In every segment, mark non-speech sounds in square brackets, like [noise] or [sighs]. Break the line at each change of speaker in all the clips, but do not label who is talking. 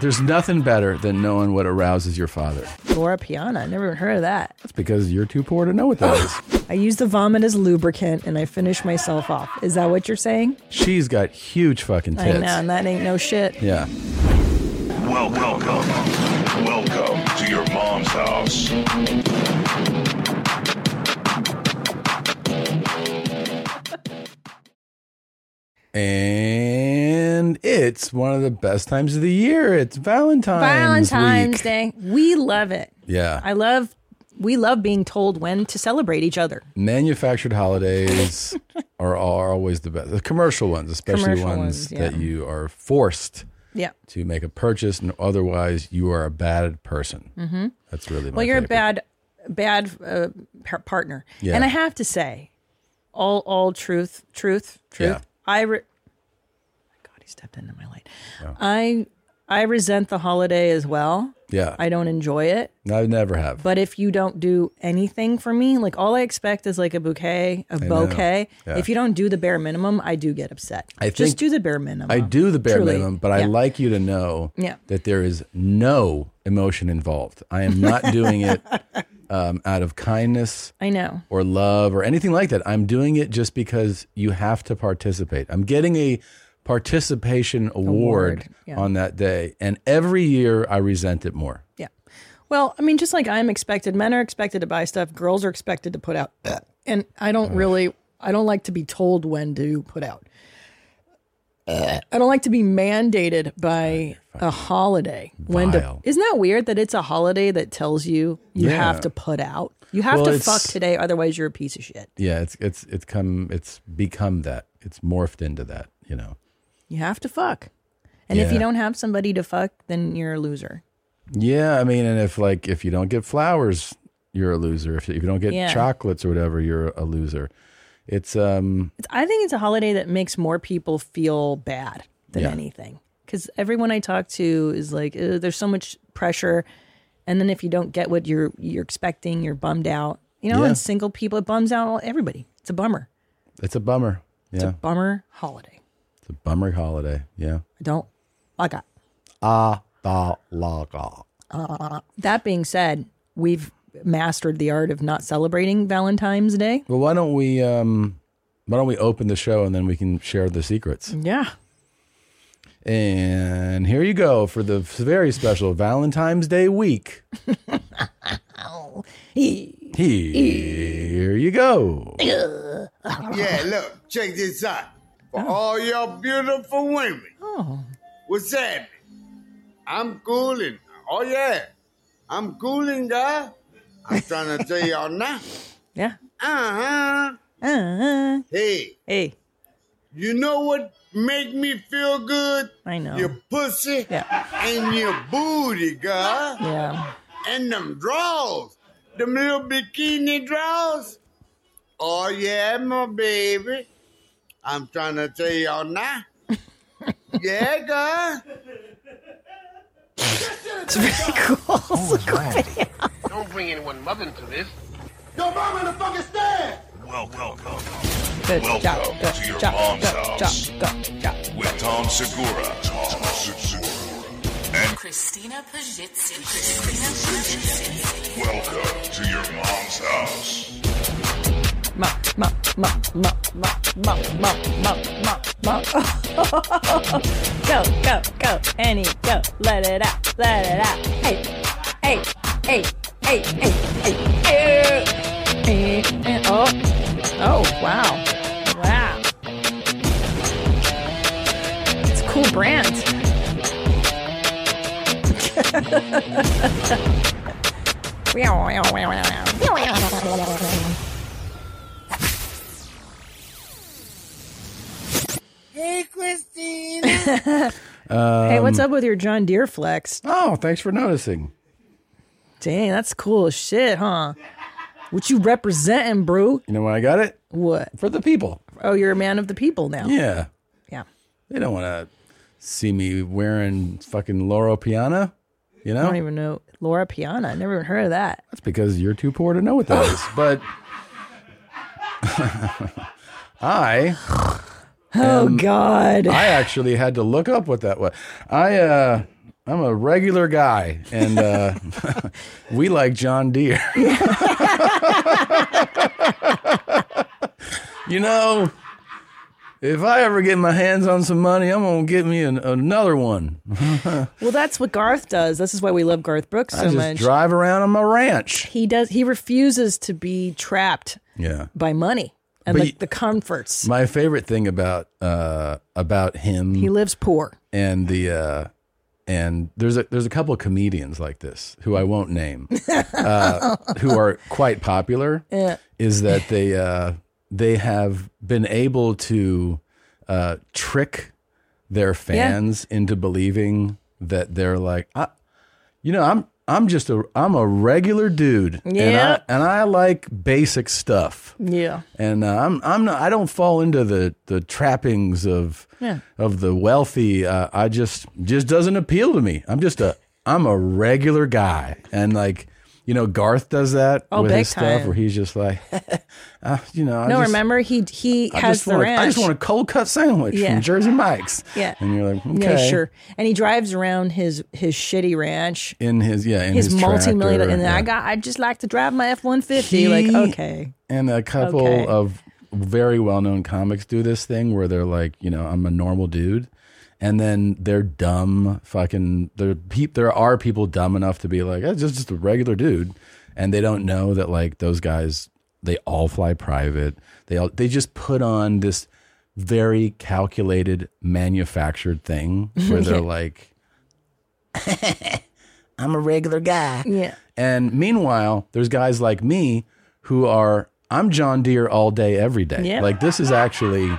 There's nothing better than knowing what arouses your father.
Laura Piana. Never even heard of that.
That's because you're too poor to know what that
[laughs]
is.
I use the vomit as lubricant and I finish myself off. Is that what you're saying?
She's got huge fucking
I
tits.
know, and that ain't no shit.
Yeah.
Welcome, welcome, welcome to your mom's house.
And it's one of the best times of the year. It's Valentine's.
Valentine's
week.
Day. We love it.
Yeah.
I love we love being told when to celebrate each other.
Manufactured
[laughs]
holidays are, are always the best. The commercial ones, especially
Commercial
ones,
ones,
that
yeah.
you are forced
Yeah.
to make a purchase, and otherwise you are a bad person. Mm-hmm. That's really my
Well, you're a
favorite.
bad, bad uh, par- partner.
Yeah.
And I have to say, all, all truth, truth, truth.
Yeah.
I, re- God, he stepped into my light. I, I resent the holiday as well.
Yeah,
I don't enjoy it.
I never have.
But if you don't do anything for me, like all I expect is like a bouquet, a bouquet.
Yeah.
If you don't do the bare minimum, I do get upset.
I think-
Just do the bare minimum.
I do the bare
Truly.
minimum, but I
Yeah.
like you to know
Yeah.
that there is no emotion involved. I am not doing
[laughs]
it um, out of kindness
I know.
or love or anything like that. I'm doing it just because you have to participate. I'm getting a participation award,
Award, yeah.
on that day, and every year I resent it more.
Yeah. Well, I mean, just like I'm expected, men are expected to buy stuff, girls are expected to put out. [clears throat] And I
Mm.
don't really, I don't like to be told when to put out. I don't like to be mandated by a holiday. When to,
Vile.
isn't that weird that it's a holiday that tells you you
Yeah.
have to put out? You have
Well,
to
it's-
fuck today, otherwise you're a piece of shit.
Yeah, it's it's it's come it's become that. It's morphed into that, you know.
You have to fuck. And if you
Yeah.
don't have somebody to fuck, then you're a loser.
Yeah, I mean, and if like if you don't get flowers, you're a loser. If, if you don't get
Yeah.
chocolates or whatever, you're a loser. It's um
It's- I think it's a holiday that makes more people feel bad than
Yeah.
anything. Because everyone I talk to is like, "Ugh, there's so much pressure, and then if you don't get what you're you're expecting, you're bummed out. You know,
Yeah.
and single people, it bums out all, everybody. It's a bummer,
it's a bummer. Yeah, it's a,
bummer holiday.
bummer holiday. Yeah.
I don't like it.
Ah, da, la, ga.
That being said, we've mastered the art of not celebrating Valentine's Day.
Well, why don't we um why don't we open the show and then we can share the secrets?
Yeah,
And here you go for the very special Valentine's Day [laughs] week. Here you go.
Yeah, look, check this out. For all y'all beautiful women.
Oh.
What's happening? I'm cooling. Oh, yeah. I'm cooling, guy. I'm
[laughs]
trying to tell y'all now.
yeah.
Uh-huh.
Uh,
Hey,
hey,
you know what make me feel good?
I know.
Your pussy
Yeah.
and your booty, guy.
yeah.
and them draws, them little bikini draws. Oh yeah, my baby. I'm trying to tell y'all [laughs] now. yeah, guy.
It's very [laughs] cool.
Don't bring anyone mother into this.
Your mom in the fucking stand.
Welcome,
Good
Welcome
job. Good
to your
job.
mom's
Good
house.
job. Good job.
with Tom Segura. Tom Segura.
Christina Pajitsi. Christina Pajitsi.
Welcome to your mom's house.
Ma, ma, ma, ma, ma, ma, ma, ma, ma, ma. [laughs] go, go, go, Annie, go. Let it out, let it out. Hey, hey, hey, hey, hey, hey, hey. Eh, eh, Oh, oh, wow, wow. It's a cool brand. [laughs] Wow, wow, wow, wow, wow.
Hey, [laughs] Christine.
Hey, what's up with your John Deere flex?
Oh, thanks for noticing.
Dang, that's cool as shit, huh? What you representing, bro?
You know when I got it?
What?
For the people.
Oh, you're a man of the people now.
Yeah.
Yeah.
They don't want to see me wearing fucking Loro Piana, you
I don't
know?
even know Laura Piana. I never even heard of that.
That's because you're too poor to know what that is. But I
Oh God.
I actually had to look up what that was. I uh I'm a regular guy, and uh, [laughs] we like John Deere. [laughs] you know, if I ever get my hands on some money, I'm gonna get me an, another one.
Well, that's what Garth does. This is why we love Garth Brooks
I
so
just
much.
drive around on my ranch.
he does. He refuses to be trapped
Yeah.
by money and
But
the,
you-
the comforts.
My favorite thing about uh, about him
he lives poor.
and the uh, and there's a there's a couple of comedians like this who I won't name uh, who are quite popular is that they uh, they have been able to uh, trick their fans into believing that they're like I, you know I'm I'm just a I'm a regular dude and
Yeah.
I and I like basic stuff
Yeah.
and uh, I'm I'm not I don't fall into the the trappings of
Yeah.
of the wealthy. Uh, I just just doesn't appeal to me. I'm just a I'm a regular guy, and like you know Garth does that
Oh,
with
big
his stuff
time.
where he's just like, [laughs] uh, you know, I
No,
just,
remember he he
I
has
just
the
want a,
ranch.
I just want a cold cut sandwich
Yeah.
from Jersey Mike's.
[laughs] Yeah.
and you're like, okay,
Yeah, sure. And he drives around his his shitty ranch.
In his yeah, in his,
His, multi-million,
tractor,
and then I
yeah.
got. I just like to drive my F one fifty.
He-
Like, okay,
and a couple
Okay.
of very well-known comics do this thing where they're like, you know, I'm a normal dude, and then they're dumb, fucking. There, pe- there are people dumb enough to be like, "Eh, just just a regular dude, and they don't know that like those guys, they all fly private. They all they just put on this very calculated, manufactured thing where [laughs] they're like, I'm a regular guy.
yeah,
And meanwhile, there's guys like me who are I'm John Deere all day, every day.
Yeah.
Like this is actually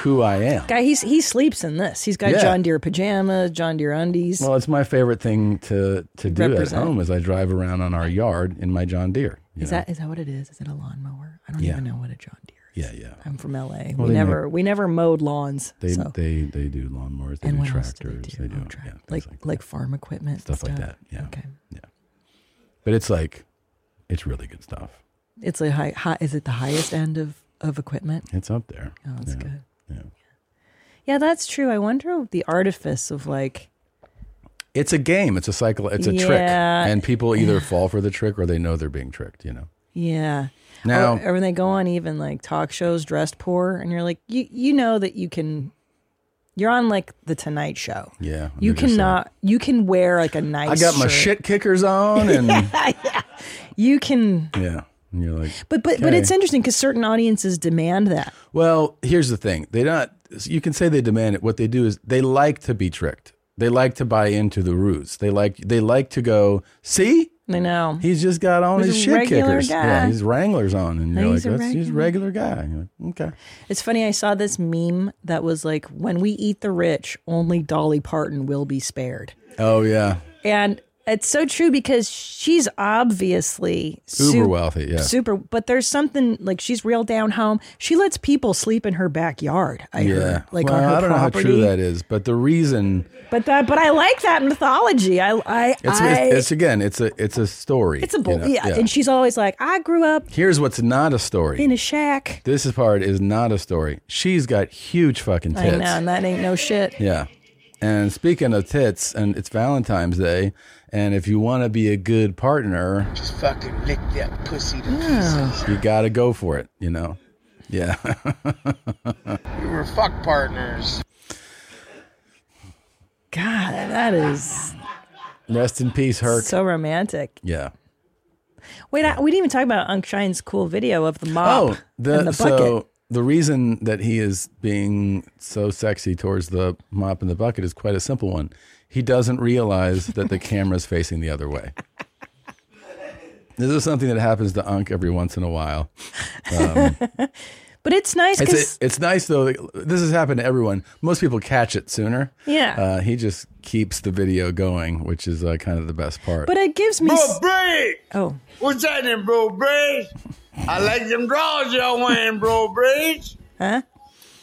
who I am.
guy. He's he sleeps in this. He's got
Yeah.
John Deere pajamas, John Deere undies.
Well, it's my favorite thing to to do
Represent.
at home is I drive around on our yard in my John Deere. you
Is
know?
that is that what it is? Is it a lawnmower? I don't
Yeah.
even know what a John Deere is.
Yeah, yeah.
I'm from LA.
Well,
we
they
never we never mowed lawns.
They
Oh, so.
they they do lawnmowers, they
and
do
what else do
tractors,
they do? Oh,
yeah,
tract-
things
like,
like
like farm equipment,
stuff like that. Yeah.
Okay,
But it's like it's really good stuff.
it's a high, high. Is it the highest end of of equipment?
It's up there.
Oh, that's
yeah.
good.
yeah.
Yeah, that's true. I wonder the artifice of like.
It's a game. It's a cycle. It's a trick,
Yeah. Oh,
and people either fall for the trick or they know they're being tricked. You know.
Yeah.
Now-
or, or when they go on even like talk shows dressed poor, and you're like, you you know that you can, you're on like the Tonight Show.
Yeah,
You
they're just
cannot. You can wear like a nice.
I got my
[laughs]
shit kickers on, and yeah.
You can,
and you're like,
but but but
Okay.
it's interesting because certain audiences demand that.
well, here's the thing: they not. You can say they demand it. What they do is they like to be tricked. They like to buy into the ruse. They like they like to go. See,
I know.
he's just got on
He's
his
a
shit
regular
kickers.
guy.
Yeah, he's Wranglers on, and you're
he's
like,
a
That's, he's a regular guy. And you're like, okay,
It's funny. I saw this meme that was like, "When we eat the rich, only Dolly Parton will be spared,"
oh yeah,
and it's so true because she's obviously
uber
super
wealthy. Yeah,
super but there's something like she's real down home she lets people sleep in her backyard i
yeah.
heard like
well,
on her
I don't
property
know how true that is, but the reason
but that but i like that mythology i i
it's,
I,
it's, it's again, it's a it's a story.
it's a bull
you know?
yeah. and she's always like i grew up
Here's what's not a story.
in a shack
This part is not a story. She's got huge fucking
i
tits.
know and that ain't no shit
Yeah. And speaking of tits, and it's Valentine's Day, and if you want to be a good partner,
Just fucking lick that pussy to pieces.
you got to go for it, you know? Yeah. [laughs]
We were fuck partners.
god that is
Rest in peace, Herc.
so romantic
Yeah.
wait I, we didn't even talk about Unc Shine's cool video of the mop
Oh, the,
and the bucket
so the reason that he is being so sexy towards the mop and the bucket is quite a simple one. He doesn't realize that the camera's facing the other
[laughs]
way. This is something that happens to Unc every once in a while.
but it's nice
It's
because
it's nice though. that- This has happened to everyone. Most people catch it sooner.
Yeah.
Uh, he just keeps the video going, which is uh, kind of the best part.
but it gives me
Bro,
s-
Brady!
oh
What's that in bro braids? I like them drawers y'all wearing, bro braids.
Huh?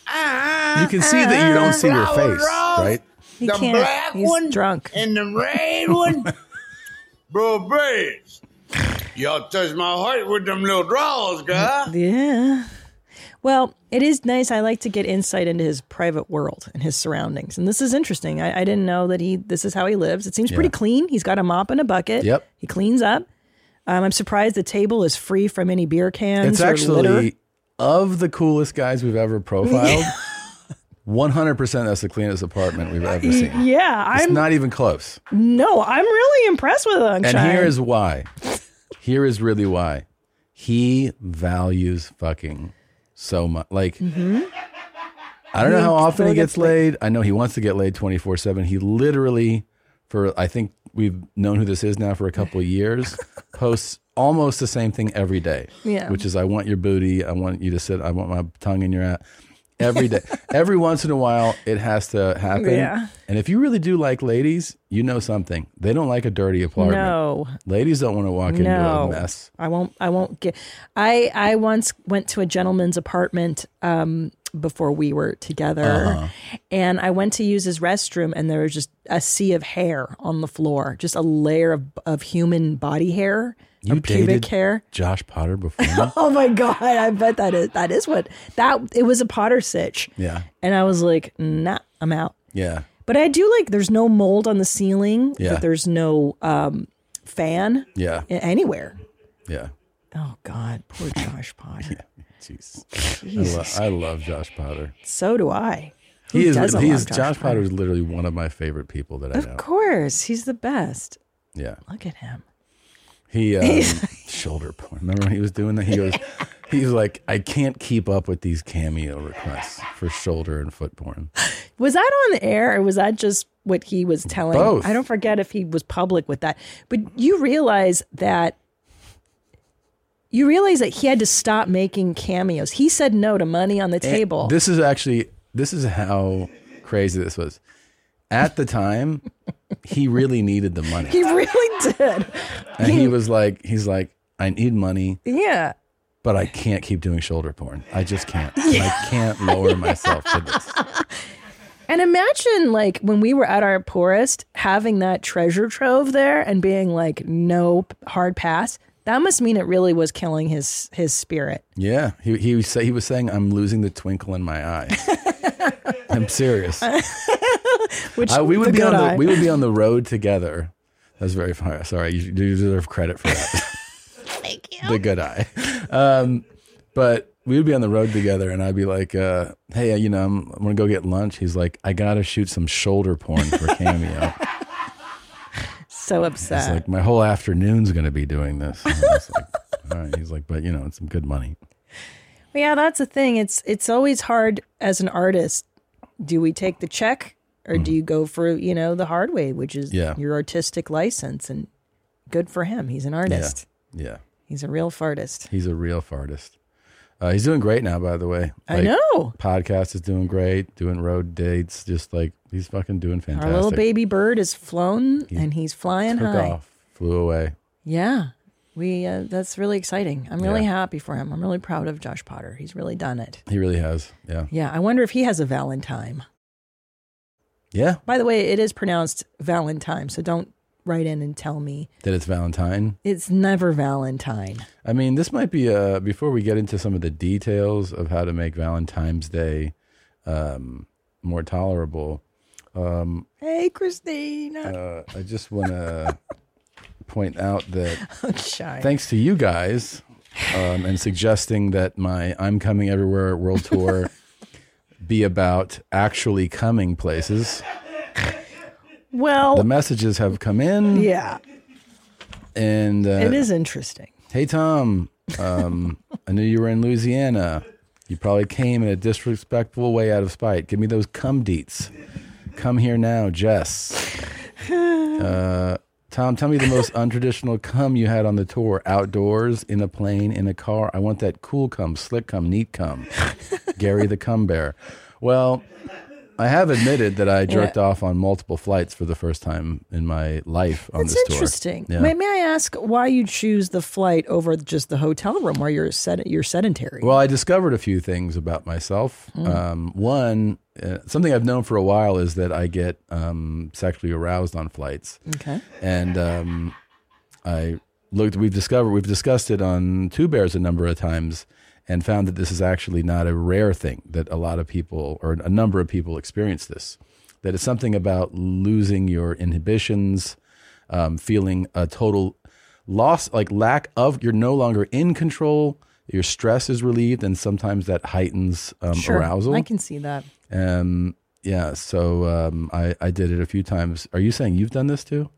Uh-huh.
you can see that you don't see your
uh,
Flower
face,
rolls.
right?
he
the
can't
black
he's
one
drunk
and the red one. bro braids. Y'all touch my heart with them little drawers, girl.
Yeah. Well, it is nice. I like to get insight into his private world and his surroundings. And this is interesting. I, I didn't know that he, this is how he lives. It seems pretty
Yeah.
clean. He's got a mop and a bucket.
Yep.
He cleans up. Um, I'm surprised the table is free from any beer cans.
It's
or
actually
litter.
of the coolest guys we've ever
[laughs]
profiled. One hundred percent, that's the cleanest apartment we've ever seen.
Yeah,
It's
I'm
not even close.
no, I'm really impressed with Unshine.
And here is why. Here is really why. He values fucking so much. Like, I don't know how often he gets
still Mm-hmm. gets laid.
laid. I know he wants to get laid 24 7. He literally, for I think we've known who this is now for a couple of
[laughs]
years, posts almost the same thing every day.
Yeah.
Which is, I want your booty. I want you to sit. I want my tongue in your ass. Every
[laughs]
day, every once in a while, it has to happen.
Yeah.
And if you really do like ladies, you know something. They don't like a dirty apartment.
no,
Ladies don't want to walk into
no
a mess.
I won't. I won't get. I I once went to a gentleman's apartment um, before we were together,
Uh-huh.
and I went to use his restroom, and there was just a sea of hair on the floor, just a layer of of human body hair,
You
of pubic
dated
hair.
Josh Potter before?
[laughs]
me?
Oh my god! I bet that is that is what that it was a Potter sitch.
yeah,
and I was like, nah, I'm out.
yeah.
But I do like there's no mold on the ceiling.
Yeah.
That there's no um, fan
Yeah,
a- anywhere.
yeah.
Oh God, poor
[laughs]
Josh Potter.
Jeez, I, lo- I love Josh Potter.
So do I. Who
He is.
doesn't
He
love
is. Josh, Potter is literally one of my favorite people that I know.
Of course, he's the best.
Yeah,
Look at him. [laughs]
he um, shoulder porn. Remember when he was doing that? He goes, he's like, I can't keep up with these cameo requests for shoulder and foot porn.
Was that on the air, or was that just what he was telling?
Both.
I don't forget if he was public with that. But you realize that you realize that he had to stop making cameos. He said no to money on the table.
Eh, This is actually this is how crazy this was. At the time, he really needed the money.
he [laughs] really did.
And he was like, he's like, I need money,
Yeah.
but I can't keep doing shoulder porn. I just
[laughs]
can't. I can't lower myself to this.
And imagine, like, when we were at our poorest, having that treasure trove there and being like, nope, hard pass. That must mean it really was killing his his spirit.
Yeah, he he was say, he was saying I'm losing the twinkle in my
[laughs]
eye. I'm serious.
Which
Uh, we would
the
be on
good eye.
the we would be on the road together. That's very far. Sorry, you, you deserve credit for that. [laughs] Thank you. The good eye. Um, but we would be on the road together, and I'd be like, uh, "Hey, uh, you know, I'm, I'm gonna go get lunch." He's like, "I gotta shoot some shoulder porn for [laughs] cameo."
so upset.
It's like my whole afternoon's going to be doing this. And I was like, [laughs] All right. He's like, but you know, it's some good money.
But yeah, that's the thing. It's it's always hard as an artist. Do we take the check or do you go for you know the hard way, which is
Mm-hmm. Yeah.
your artistic license? And good for him. He's an artist.
Yeah,
He's a real fartist.
he's a real fartist. Uh, he's doing great now, by the way.
I
Like,
know.
Podcast is doing great. Doing road dates, just like he's fucking doing fantastic.
Our little baby bird is flown and he's flying
took
high.
off, flew away.
Yeah. We uh, that's really exciting. I'm really
Yeah.
happy for him. I'm really proud of Josh Potter. He's really done it.
He really has. Yeah,
Yeah, I wonder if he has a Valentine.
yeah.
By the way, it is pronounced Valentine, so don't write in and tell me
That it's Valentine.
it's never Valentine.
I mean, this might be uh before we get into some of the details of how to make Valentine's Day um, more tolerable.
Hey, Christina. [laughs]
Uh, I just want to point out that
Oh, shy.
thanks to you guys um, and suggesting that my I'm Coming Everywhere World Tour
[laughs]
be about actually coming places. The
well,
messages have come in,
yeah,
and uh,
it is interesting.
hey Tom, um, [laughs] I knew you were in Louisiana. You probably came in a disrespectful way out of spite. Give me those cum deets. Come here now, Jess.
[laughs]
Uh, Tom, tell me the most untraditional cum you had on the tour. Outdoors, in a plane, in a car. I want that cool cum, slick cum, neat cum. Gary the cum bear. Well, I have admitted that I jerked off on multiple flights for the first time in my life on
It's
this tour.
interesting.
Yeah.
May, may I ask why you choose the flight over just the hotel room where you're sed- you're sedentary?
Well, I discovered a few things about myself. Um, one, uh, something I've known for a while is that I get um, sexually aroused on flights,
okay.
and um, I looked. We've discovered we've discussed it on Two Bears a number of times, and found that this is actually not a rare thing that a lot of people or a number of people experience this. That it's something about losing your inhibitions, um, feeling a total loss, like lack of, you're no longer in control. Your stress is relieved, and sometimes that heightens um,
Sure.
arousal.
I can see that.
Um, yeah, so um, I, I did it a few times. Are you saying you've done this too?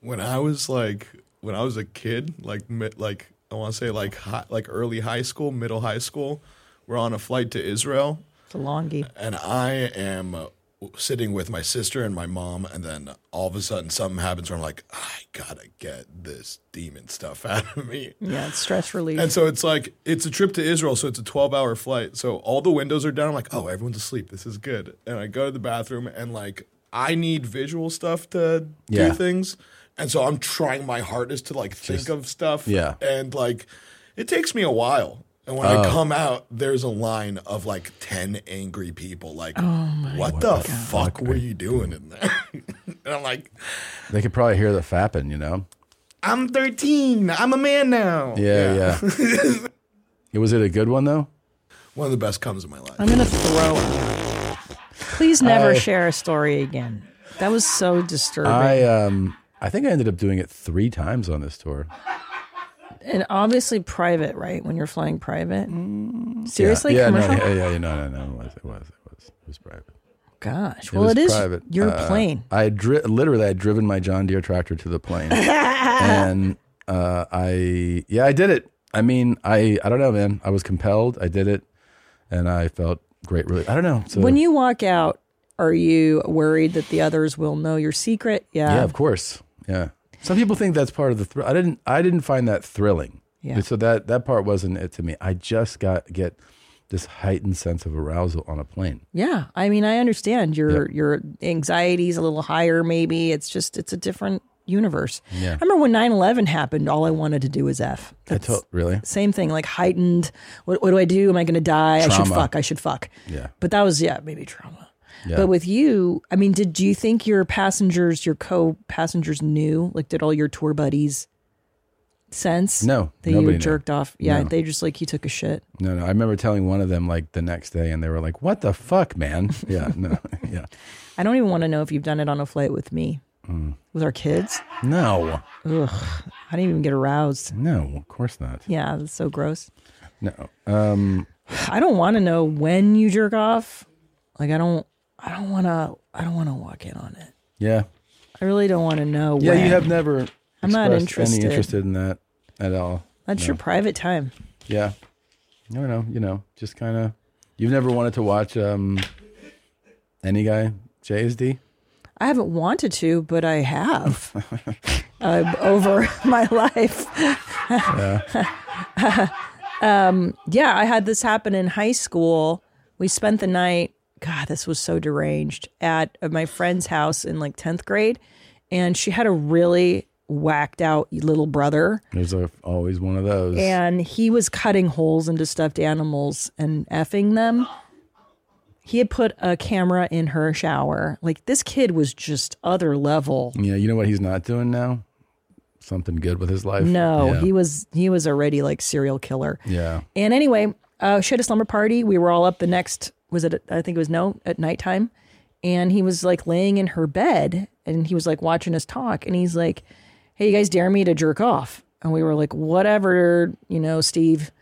When I was like, when I was a kid, like mid, like I want to say like high, like early high school, middle high school, we're on a flight to Israel,
It's a longie.
and I am uh, sitting with my sister and my mom, and then all of a sudden something happens where I'm like, I gotta get this demon stuff [laughs] out of me.
Yeah, it's stress relief.
And so it's like it's a trip to Israel, so it's a twelve-hour flight. So all the windows are down. I'm like, oh, everyone's asleep. This is good. And I go to the bathroom, and like I need visual stuff to
Yeah.
do things, and so I'm trying my hardest to like think of stuff.
yeah. Oh.
and like it takes me a while. And when I come out, there's a line of like ten angry people. Like, what the fuck were you doing in there? [laughs] and I'm like,
They could probably hear the fapping, you know?
I'm 13. I'm a man now.
Yeah, yeah. Yeah, was it a good one though?
One of the best comes in my life.
I'm gonna throw up. Please never
I-
share a story again. That was so disturbing.
I um I think I ended up doing it three times on this tour.
and obviously private, right? When you're flying private.
Mm, Yeah.
Seriously,
yeah,
commercial.
No, yeah, yeah, yeah, no, no, no. It was, it was, it was, it was private.
Gosh. Well, it
was
is
private.
your
Uh,
plane.
I had dri- literally I had driven my John Deere tractor to the
[laughs]
plane, and uh, I yeah I did it. I mean I I don't know man. I was compelled. I did it, and I felt great. Really, I don't know. So,
When you walk out, are you worried that the others will know your secret? Yeah.
yeah, of course, yeah. Some people think that's part of the thrill. I didn't. I didn't find that thrilling.
Yeah.
So that that part wasn't it to me. I just got get this heightened sense of arousal on a plane.
Yeah. I mean, I understand your your anxiety's a little higher. Maybe it's just it's a different universe. Yeah. I remember when 9-11 happened. All I wanted to do was F.
I
That's-
told really.
same thing, like heightened. What, what do I do? Am I going to die? I should
Trauma.
fuck. I should fuck.
Yeah.
But that was, yeah, maybe trauma.
Yeah.
But with you, I mean, did you think your passengers, your co passengers knew? Like, did all your tour buddies sense?
No,
That
nobody
you
knew.
jerked off? Yeah.
No.
They just like, you took a shit.
No, no. I remember telling one of them like the next day, and they were like, "What the fuck, man?"
[laughs]
Yeah, no, yeah,
I don't even want to know if you've done it on a flight with me,
Mm.
with our kids.
no,
Ugh. I didn't even get aroused.
no. Of course not.
Yeah. That's so gross.
No. Um.
[sighs] I don't want to know when you jerk off. Like, I don't, I don't want to, I don't want to walk in on it.
Yeah.
I really don't want to know.
Yeah.
when.
You have never.
I'm not
expressed
interested.
Any interested in that at all?
That's your private time.
Yeah. No, no. You know, just kind of. You've never wanted to watch um. Any guy JSD.
I haven't wanted to, but I have uh, over [laughs] my life. um, [laughs] yeah, I had this happen in high school. We spent the night. God, this was so deranged at my friend's house in like tenth grade, and she had a really whacked out little brother.
There's a, always one of those.
and he was cutting holes into stuffed animals and effing them. He had put a camera in her shower. Like this kid was just other level.
yeah. You know what he's not doing now? Something good with his life.
No,
Yeah.
he was he was already like serial killer.
Yeah.
And anyway, uh, she had a slumber party. We were all up the next was it I think it was no at nighttime, and he was like laying in her bed, and he was like watching us talk, and he's like, "Hey, you guys dare me to jerk off?" And we were like, "Whatever, you know, Steve."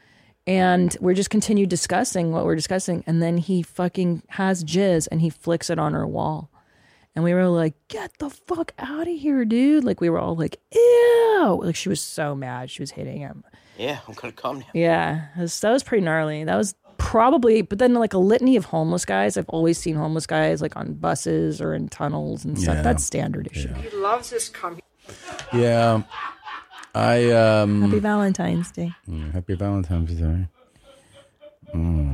And we're just continued discussing what we're discussing, and then he fucking has jizz and he flicks it on her wall. And we were like, get the fuck out of here, dude. Like, we were all like, ew. Like, she was so mad. She was hitting him.
Yeah, I'm gonna come now.
Yeah, that was, that was pretty gnarly. That was probably, but then like a litany of homeless guys. I've always seen homeless guys like on buses or in tunnels and stuff.
Yeah.
That's standard issue.
Yeah. I um.
Happy Valentine's Day.
Happy Valentine's Day.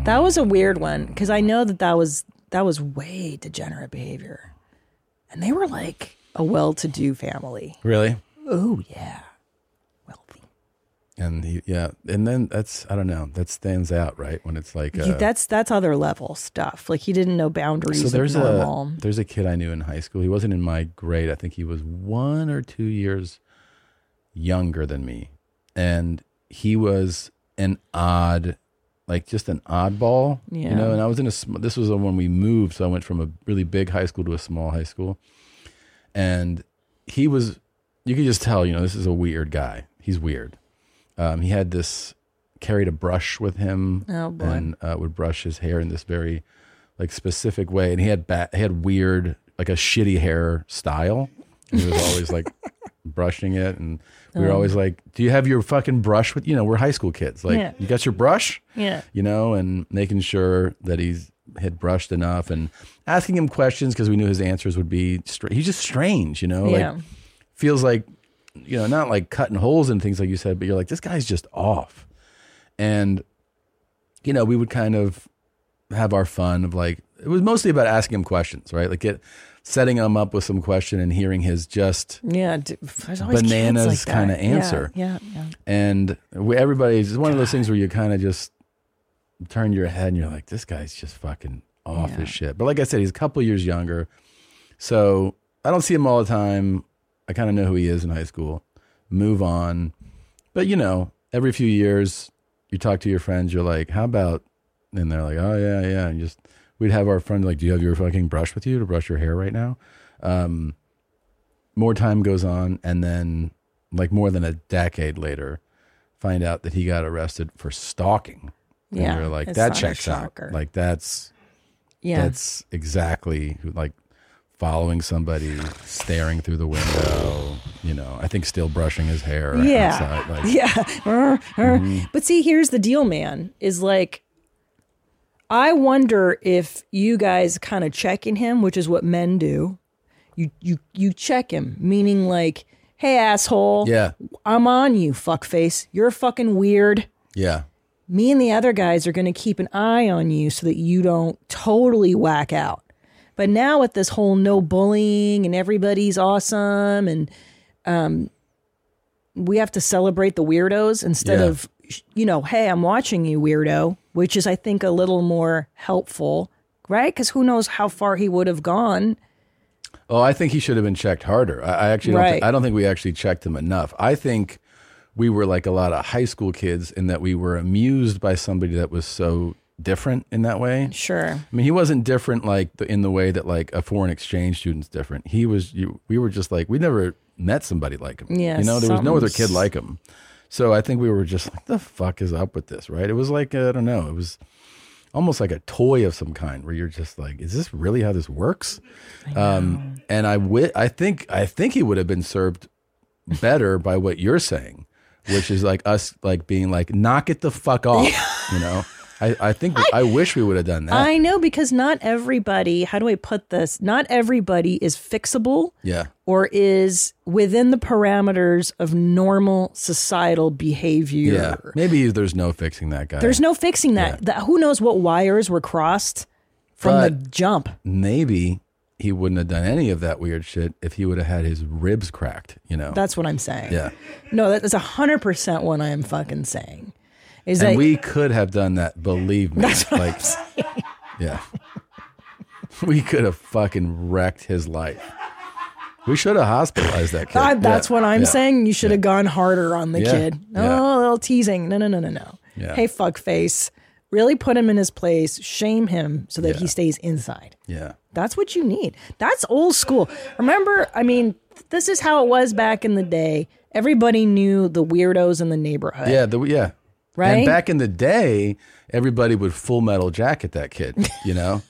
That was a weird one because I know that that was that was way degenerate behavior, and they were like a well-to-do family.
Really?
Oh yeah, wealthy.
And he, yeah, and then that's I don't know that stands out right when it's like
He-
uh,
that's that's other level stuff. Like he didn't know boundaries.
so there's
of
a
normal.
there's a kid I knew in high school. He wasn't in my grade. I think he was one or two years younger than me, and he was an odd like just an oddball.
Yeah.
You know, and I was in a, sm- this was when we moved. So I went from a really big high school to a small high school. And he was, you could just tell, you know, this is a weird guy. He's weird. Um, he had this, carried a brush with him
Oh, boy.
and uh, would brush his hair in this very like specific way. And he had bat, he had weird, like a shitty hair style. And he was always
[laughs]
like brushing it. And we
Oh.
were always like, do you have your fucking brush with, you know, we're high school kids. Like
Yeah.
you got your brush?
Yeah.
you know, and making sure that he's had brushed enough and asking him questions because we knew his answers would be str- he's just strange, you know,
Yeah.
like feels like you know, not like cutting holes and things like you said, but you're like this guy's just off. And you know, we would kind of have our fun of like it was mostly about asking him questions, right? Like get setting him up with some question and hearing his just
Yeah, d- there's always kids
Bananas
like that.
kinda
Yeah,
answer.
Yeah, yeah.
and we, everybody's it's one of those things where you kind of just turn your head and you're like, this guy's just fucking off his shit. But like I said, he's a couple years younger, so I don't see him all the time. I kind of know who he is in high school. Move on, but you know, every few years you talk to your friends. You're like, how about? And they're like, oh yeah, yeah. And just we'd have our friend like, do you have your fucking brush with you to brush your hair right now? Um, more time goes on and then like more than a decade later find out that he got arrested for stalking and
Yeah,
you're like
it's
that
not a
checks out
shocker.
like that's
Yeah.
that's exactly who like following somebody staring through the window you know i think still brushing his hair
Yeah.
outside like
[laughs] yeah. Arr, arr. But see, here's the deal, man, is like I wonder if you guys kind of checking him, which is what men do. You you you check him, meaning like, hey asshole,
yeah
I'm on you, fuckface. You're fucking weird.
yeah
me and the other guys are going to keep an eye on you so that you don't totally whack out. But now with this whole no bullying and everybody's awesome and um, we have to celebrate the weirdos instead
Yeah.
of you know, hey, I'm watching you weirdo, which is I think a little more helpful, right? Cuz who knows how far he would have gone.
Oh, I think he should have been checked harder. I, I actually don't
Right.
think, I don't think we actually checked him enough. I think we were like a lot of high school kids in that we were amused by somebody that was so different in that way.
Sure.
I mean, he wasn't different like the, in the way that like a foreign exchange student's different. He was you, we were just like we never met somebody like him.
Yeah,
you know, there was no other kid
something's-
like him. So I think we were just like, the fuck is up with this, right? It was like uh, I don't know, it was almost like a toy of some kind where you're just like, is this really how this works? Um, and I wi- I think I think he would have been served better by what you're saying, which is like us like being like, knock it the fuck off, you know. I, I think I, wish we would have done that.
I know because not everybody, how do I put this? Not everybody is fixable.
yeah.
or is within the parameters of normal societal behavior.
Yeah, maybe there's no fixing that guy.
There's no fixing that. The- who knows what wires were crossed from the
But-
jump?
maybe he wouldn't have done any of that weird shit if he would have had his ribs cracked. You know.
That's what I'm saying.
yeah,
No, that is 100% what I am fucking saying. Is
and
that [laughs]
we could have done that. Believe me, like, yeah, [laughs] we could have fucking wrecked his life. We should have hospitalized that kid.
I- that's
Yeah.
what I'm
Yeah.
saying. You should have gone harder on the
Yeah.
kid.
Yeah.
Oh, a little teasing. No, no, no, no, no.
Yeah.
Hey, fuck face. Really put him in his place, shame him so that he
Yeah.
stays inside.
Yeah,
That's what you need. That's old school. Remember, I mean, this is how it was back in the day. Everybody knew the weirdos in the neighborhood.
yeah, the, yeah.
Right?
And back in the day, everybody would full metal jacket that kid, you
[laughs]
know?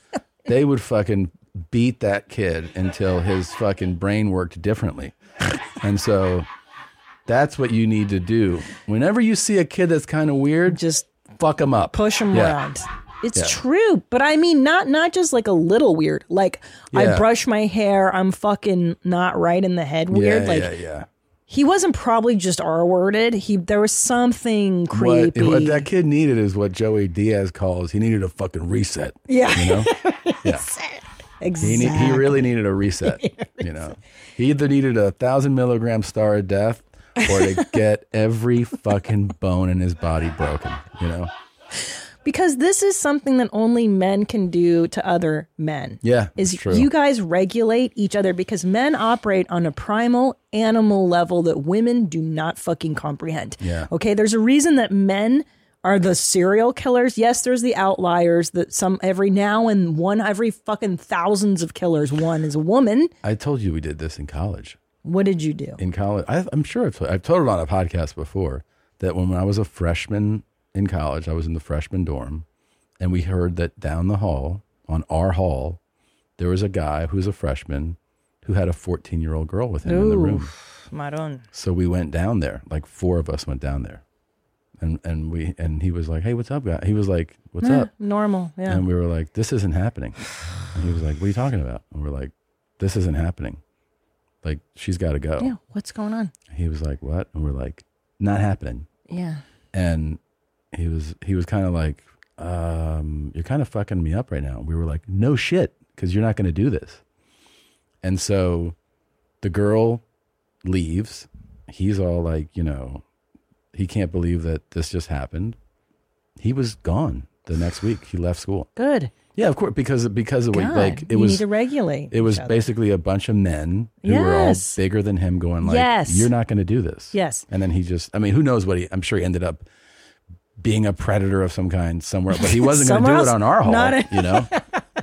they would fucking beat that kid until his fucking brain worked differently. And so that's what you need to do. Whenever you see a kid that's kind of weird, just
Just
fuck him up.
push them
Yeah.
around. It's
Yeah.
true, but I mean, not not just like a little weird. Like I
Yeah.
brush my hair, I'm fucking not right in the head weird.
Yeah,
like
yeah, yeah.
he wasn't probably just R worded. He there was something
What,
creepy.
what that kid needed is what Joey Diaz calls he needed a fucking reset.
yeah,
You
[laughs]
know?
exactly.
He, ne- he really needed a [laughs] reset. you know, he either needed a thousand milligram star of death or [laughs] to get every fucking bone in his body broken. You know,
because this is something that only men can do to other men.
Yeah,
is
it's true.
you guys regulate each other because men operate on a primal animal level that women do not fucking comprehend.
Yeah.
Okay, there's a reason that men are the serial killers. Yes, there's the outliers that some every now and one every fucking thousands of killers one is a woman.
I told you we did this in college.
What did you do?
in college. I, I'm sure I've, I've told it on a podcast before that when I was a freshman in college, I was in the freshman dorm, and we heard that down the hall on our hall, there was a guy who was a freshman who had a 14 year old girl with him in the room.
Maron.
So we went down there, like four of us went down there, and and we and he was like, "Hey, what's up, guy?" He was like, "What's up?"
Normal. Yeah.
Uh, And we were like, this isn't happening. And he was like, what are you talking about? And we're like, this isn't happening. Like, she's got to go.
yeah. What's going on?
He was like, "What?" And we're like, "Not happening."
Yeah.
And he was he was kind of like, um, "You're kind of fucking me up right now." We were like, "No shit, because you're not going to do this." And so, the girl leaves. He's all like, you know, he can't believe that this just happened. He was gone the next week. He left school.
Good.
Yeah, of course, because because of
God,
like it
you
was
need to regulate.
it was
each other.
basically a bunch of men who were all
Yes.
bigger than him going like,
Yes.
you're not going to do this.
Yes.
And then he just, I mean, who knows what he, I'm sure he ended up being a predator of some kind somewhere, but he wasn't going to do
Somewhere
it
else?
on our hall,
Not in-
you know?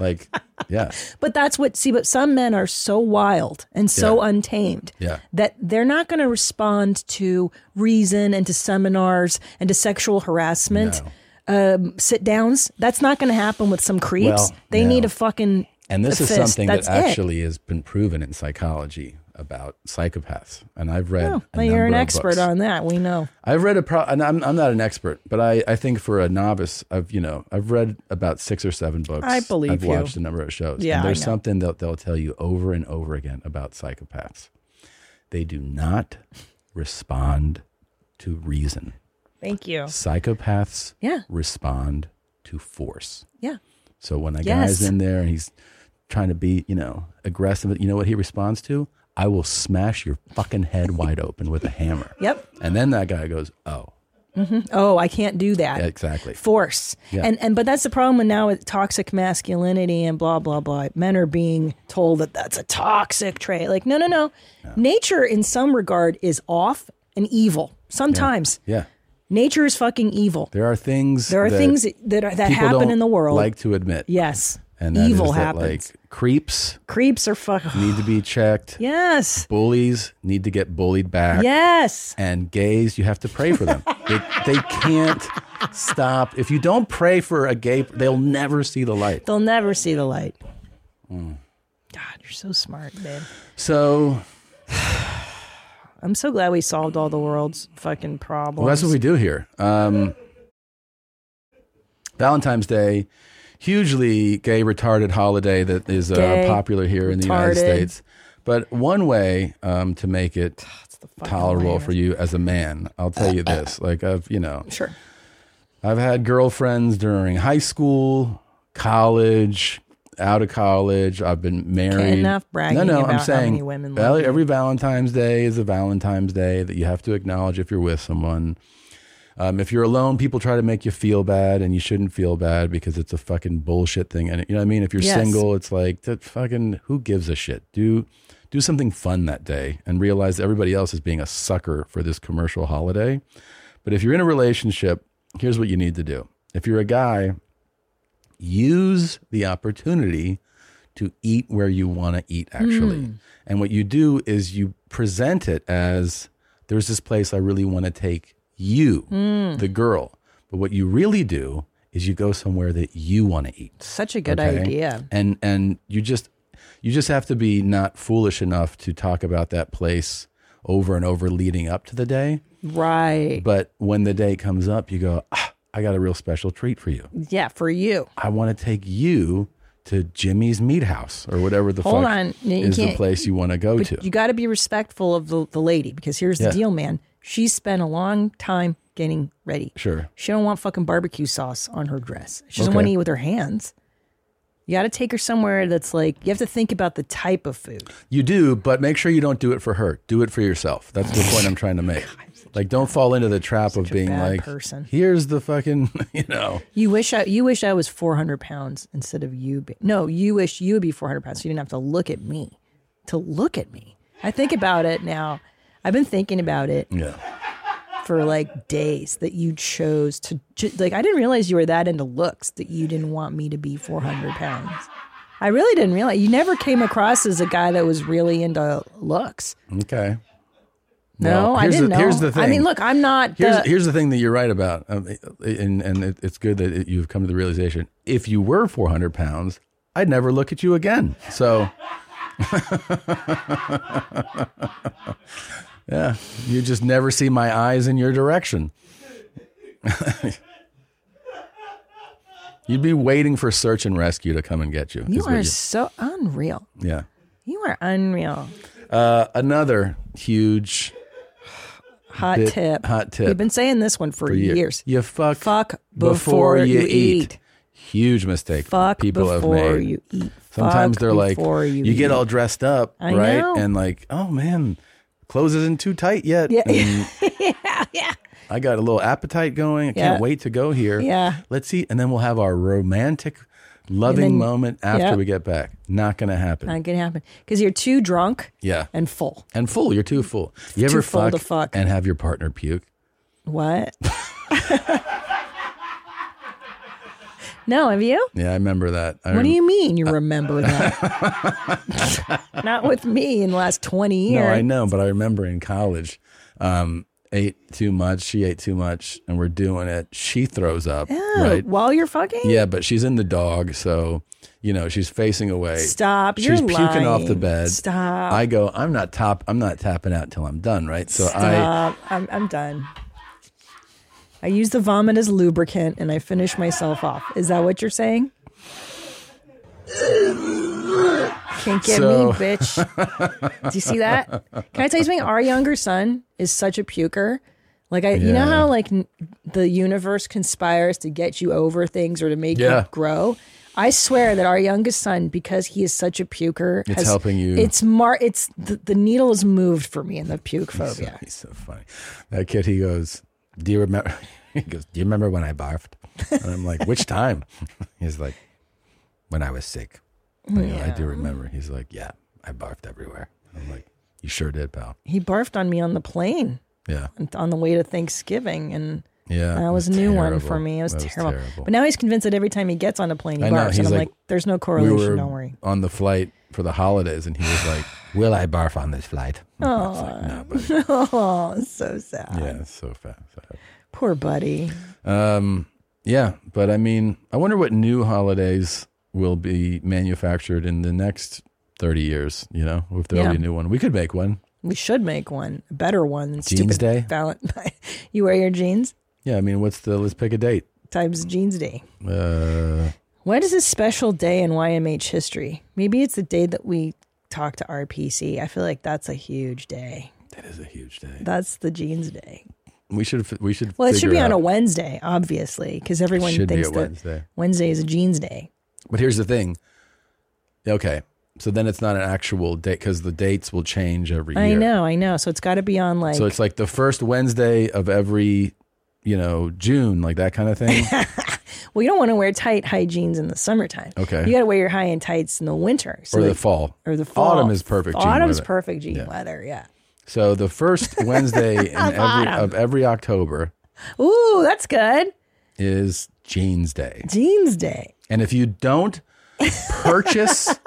like, yeah,
But that's what see, but some men are so wild and so
Yeah.
untamed
Yeah.
that they're not going to respond to reason and to seminars and to sexual harassment. Um, sit downs. That's not going to happen with some creeps.
Well,
they
no.
need a fucking
And this
a
is
fist.
something
That's
that
it.
actually has been proven in psychology about psychopaths. And I've read.
Oh,
a
well, you're
number
an
of
expert
books.
on that. We know.
I've read a pro, and I'm I'm not an expert, but I I think for a novice, I've you know I've read about six or seven books.
I believe
I've
you.
watched a number of shows.
Yeah, I
and there's
know.
something that they'll tell you over and over again about psychopaths. They do not respond to reason.
Thank you.
Psychopaths
Oh. Yeah.
respond to force.
Yeah.
So when a
Yes.
guy's in there and he's trying to be you know aggressive, you know what he responds to? I will smash your fucking head wide open with a hammer.
[laughs] Yep.
And then that guy goes, oh.
Oh, I can't do that.
Yeah, exactly.
force.
Yeah.
And and but that's the problem with now with toxic masculinity and blah blah blah. Men are being told that that's a toxic trait. Like no no no. Nature in some regard is off and evil. Sometimes
Yeah.
nature is fucking evil.
There are things
There are
that
things that are, that
people
happen
don't
in the world.
like to admit.
yes.
And that
evil
is that,
happens.
like creeps
Creeps are fuck.
need to
[sighs]
be checked.
yes.
Bullies need to get bullied back.
Yes.
And gays, you have to pray for
[laughs]
them. they, they can't stop. If you don't pray for a gay, they'll never see the light.
They'll never see the light.
Hmm.
God, you're so smart, babe.
So
I'm so glad we solved all the world's fucking problems.
Well, that's what we do here. Um, Valentine's Day, hugely gay retarded holiday that is uh,
Gay,
popular here in the United
retarded.
States. But one way um, to make it
fucking
tolerable
lamest.
for you as a man, I'll tell you this: like I've, you know,
Sure.
I've had girlfriends during high school, college, out of college. I've been married.
enough bragging
No, no,
about
I'm
how
saying
many women
val-
love you.
every Valentine's Day is a Valentine's Day that you have to acknowledge if you're with someone. Um, if you're alone, people try to make you feel bad, and you shouldn't feel bad because it's a fucking bullshit thing. And you know what I mean. If you're
Yes.
single, it's like that fucking who gives a shit. Do do something fun that day and realize everybody else is being a sucker for this commercial holiday. But if you're in a relationship, here's what you need to do. If you're a guy, use the opportunity to eat where you want to eat, actually. And what you do is you present it as there's this place I really want to take you,
Hmm.
the girl. But what you really do is you go somewhere that you want to eat.
Such a good
Okay?
idea.
And and you just you just have to be not foolish enough to talk about that place over and over leading up to the day.
Right.
But when the day comes up, you go, ah, I got a real special treat for you.
Yeah, for you.
I want to take you to Jimmy's Meat House or whatever the
Hold
fuck
on. You
is the
can't-
place you want to go to.
You got to be respectful of the, the lady because here's the
Yeah.
deal, man. She spent a long time getting ready.
sure.
She don't want fucking barbecue sauce on her dress. She doesn't
Okay.
want to eat with her hands. You got to take her somewhere that's like you have to think about the type of food.
You do, but make sure you don't do it for her. Do it for yourself. That's the point I'm trying to
[laughs]
make. Like, don't fall into the trap of
a
being
bad
like,
person.
here's the fucking, [laughs] you know.
You wish I you wish I was four hundred pounds instead of you. Be, no, you wish you would be four hundred pounds. So you didn't have to look at me. To look at me. I think about it now. I've been thinking about it.
Yeah.
for like days that you chose to ju- like. I didn't realize you were that into looks that you didn't want me to be 400 pounds. I really didn't realize you never came across as a guy that was really into looks.
Okay.
No,
Well,
I
here's
didn't
the-
know.
here's the
I
thing.
mean, look, I'm not. uh,
Here's
the,
here's the thing that you're right about, um, and and it, it's good that it, you've come to the realization. If you were 400 pounds, I'd never look at you again. So, [laughs] yeah, you just never see my eyes in your direction. [laughs] You'd be waiting for search and rescue to come and get you.
you
is what
are so unreal.
yeah.
You are unreal.
Uh, another huge
Hot
Bit-
tip.
hot tip.
We've been saying this one for,
for years.
years.
You fuck
Fuck before, you eat.
Huge mistake.
Fuck
people have
before
made.
you eat.
Sometimes
Fuck
they're like, you,
before you,
get
eat.
all dressed up,
I
right?
know.
And like, oh man, clothes isn't too tight yet.
Yeah.
And
[laughs] yeah.
I got a little appetite going. I
Yeah.
can't wait to go here.
Yeah.
Let's eat, and then we'll have our romantic, loving
then-
moment after
yeah.
we get back. Not gonna happen.
Not gonna happen because you're too drunk
yeah.
and full.
And full, you're too full. You
Too
ever
full
fuck,
to fuck.
and have your partner puke?
What? no, have you?
Yeah, I remember that. I
What do
rem-
you mean you
Uh,
remember that?
[laughs]
Not with me in the last twenty years.
No, I know, but I remember in college, um, ate too much. She ate too much, and we're doing it. She throws up,
Oh,
right?
While you're fucking?
Yeah, but she's in the dog, so you know she's facing away.
Stop.
She's
you're
puking off the
lying.
bed.
Stop.
I go. I'm not top. I'm not tapping out till I'm done, right? So I. [laughs]
Stop. I'm, I'm done. I use the vomit as lubricant and I finish myself off. Is that what you're saying? Can't get
So-
me, bitch. Do you see that? Can I tell you something? Our younger son is such a puker. Like I, you know
Yeah.
how like n- the universe conspires to get you over things or to make
Yeah.
you grow. I swear that our youngest son, because he is such a puker,
It's helping you.
It's mar. It's the, the needle is moved for me in the puke phobia.
He's so funny. That kid. He goes. Do you remember? [laughs] He goes. Do you remember when I barfed? And I'm like, which time? [laughs] He's like, when I was sick. I go, I do remember. He's like, yeah, I barfed everywhere. I'm like, you sure did, pal.
he barfed on me on the plane
Yeah.
on the way to Thanksgiving, and
Yeah.
that
it
was a new one
terrible.
for me. It was,
That
terrible. But now he's convinced that every time he gets on a plane, he
I know,
barfs,
he's
and I'm
like,
like, "There's no
we
correlation.
were
don't worry." [laughs]
on the flight for the holidays, and he was like, "Will I barf on this flight?" Oh, like, no, buddy.
Oh, it's so sad.
yeah, it's so fast.
Poor buddy.
Yeah, but I mean, I wonder what new holidays will be manufactured in the next thirty years. You know, if there'll
Yeah.
be a new one, we could make one.
We should make one a better one. Than
Jeans
stupid
Day?
Valentine. [laughs] you wear your jeans
Yeah, I mean, what's the? Let's pick a date.
times Jeans Day.
Uh,
What is a special day in YMH history? Maybe it's the day that we talk to RPC. I feel like that's a huge day.
that is a huge day.
That's the Jeans Day.
We should. f- We should.
Well, it should
figure
be on a
out-
Wednesday, obviously, because everyone
Should be
thinks
a
that
Wednesday.
Wednesday is a jeans day.
But here's the thing. Okay, so then it's not an actual date because the dates will change every
I
year.
know, I know. So it's got to be on like
So it's like the first Wednesday of every, you know, June, like that kind of
[laughs]
thing.
well, you don't want to wear tight high jeans in the summertime.
Okay.
you got to wear your high end tights in the winter. So
or the
that-
fall.
or the fall.
Autumn is perfect. June
Autumn's
weather.
perfect jean weather. Yeah.
So the
[laughs]
first Wednesday in every, of every October
Ooh, that's good.
is Jeans Day.
Jeans day.
And if you don't
[laughs]
purchase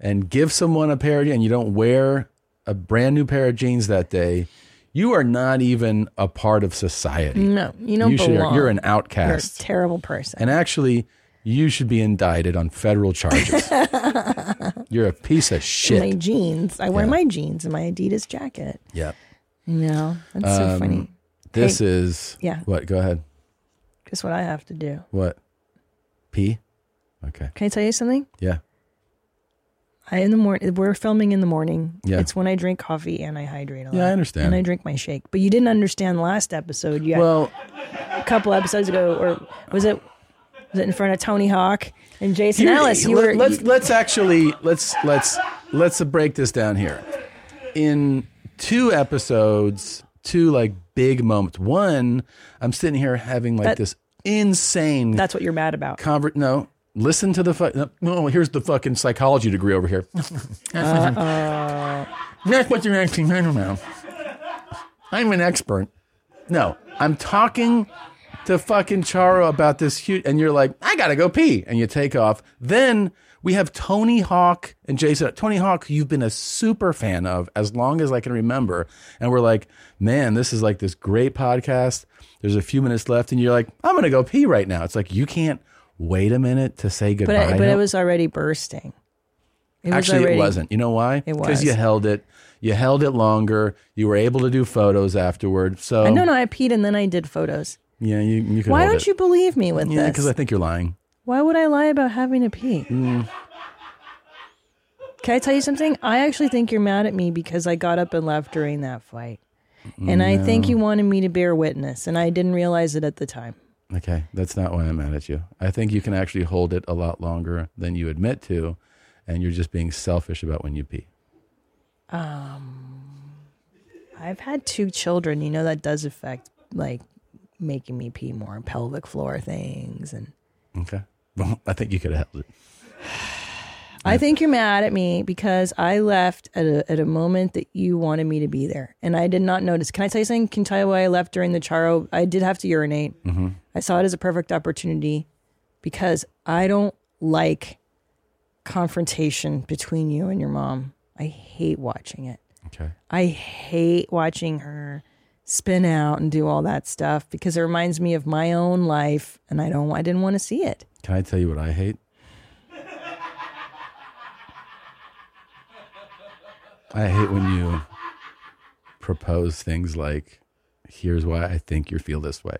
and give someone a pair of and you don't wear a brand new pair of jeans that day, you are not even a part of society.
Mm, No, you don't
you should,
belong.
you're an
You're a
outcast.
terrible person.
And actually, you should be indicted on federal
[laughs]
charges. You're a piece of
My
shit.
jeans. I wear my jeans and my Adidas jacket.
Yep.
No, that's
Um,
so funny.
This is
Yeah.
What? Go ahead.
Just what I have to do.
What? P. Okay.
Can I tell you something?
Yeah.
I in the morning. We're filming in the morning.
Yeah.
It's when I drink coffee and I hydrate a lot.
Yeah, I understand.
And I drink my shake. But you didn't understand last episode. Yeah,
Well,
a couple episodes ago, or was it? Was it in front of Tony Hawk and Jason
here-
Ellis? You
let,
were.
let's let's actually let's let's let's break this down here. In two episodes, two like big moments. One, I'm sitting here having like
That-
this insane
that's what you're mad about.
convert. No, listen to the fu- no, no. Here's the fucking psychology degree over here. [laughs] That's what you're asking. I don't know. I'm an expert. No, I'm talking to fucking Charo about this huge, and you're like, I gotta go pee, and you take off. Then we have Tony Hawk and Jason. Tony Hawk, you've been a super fan of as long as I can remember, and we're like, man, this is like this great podcast. There's a few minutes left, and you're like, I'm gonna go pee right now. It's like you can't wait a minute to say
But
goodbye.
I, but
to-
it was already bursting. It was
Actually,
already-
it wasn't. You know why?
It
because you
was.
held it. You held it longer. You were able to do photos afterward. So
I no no. I peed and then I did photos.
yeah, you you could.
Why
hold
don't
Oh. it.
you believe me with
Yeah, because
this?
I think you're lying.
Why would I lie about having to pee? Can I tell you something? I actually think you're mad at me because I got up and left during that fight. And I think you wanted me to bear witness, and I didn't realize it at the time.
Okay, that's not why I'm mad at you. I think you can actually hold it a lot longer than you admit to, and you're just being selfish about when you pee.
I've had two children. You know that does affect like making me pee more, pelvic floor things, and
Okay. Well, I think you could have held it.
I think you're mad at me because I left at a, at a moment that you wanted me to be there, and I did not notice. Can I tell you something? Can I tell you why I left during the charo? I did have to urinate. I saw it as a perfect opportunity because I don't like confrontation between you and your mom. I hate watching it.
Okay.
I hate watching her spin out and do all that stuff because it reminds me of my own life, and I don't. I didn't want to see it.
Can I tell you what I hate? I hate when you propose things like, here's why I think you feel this way.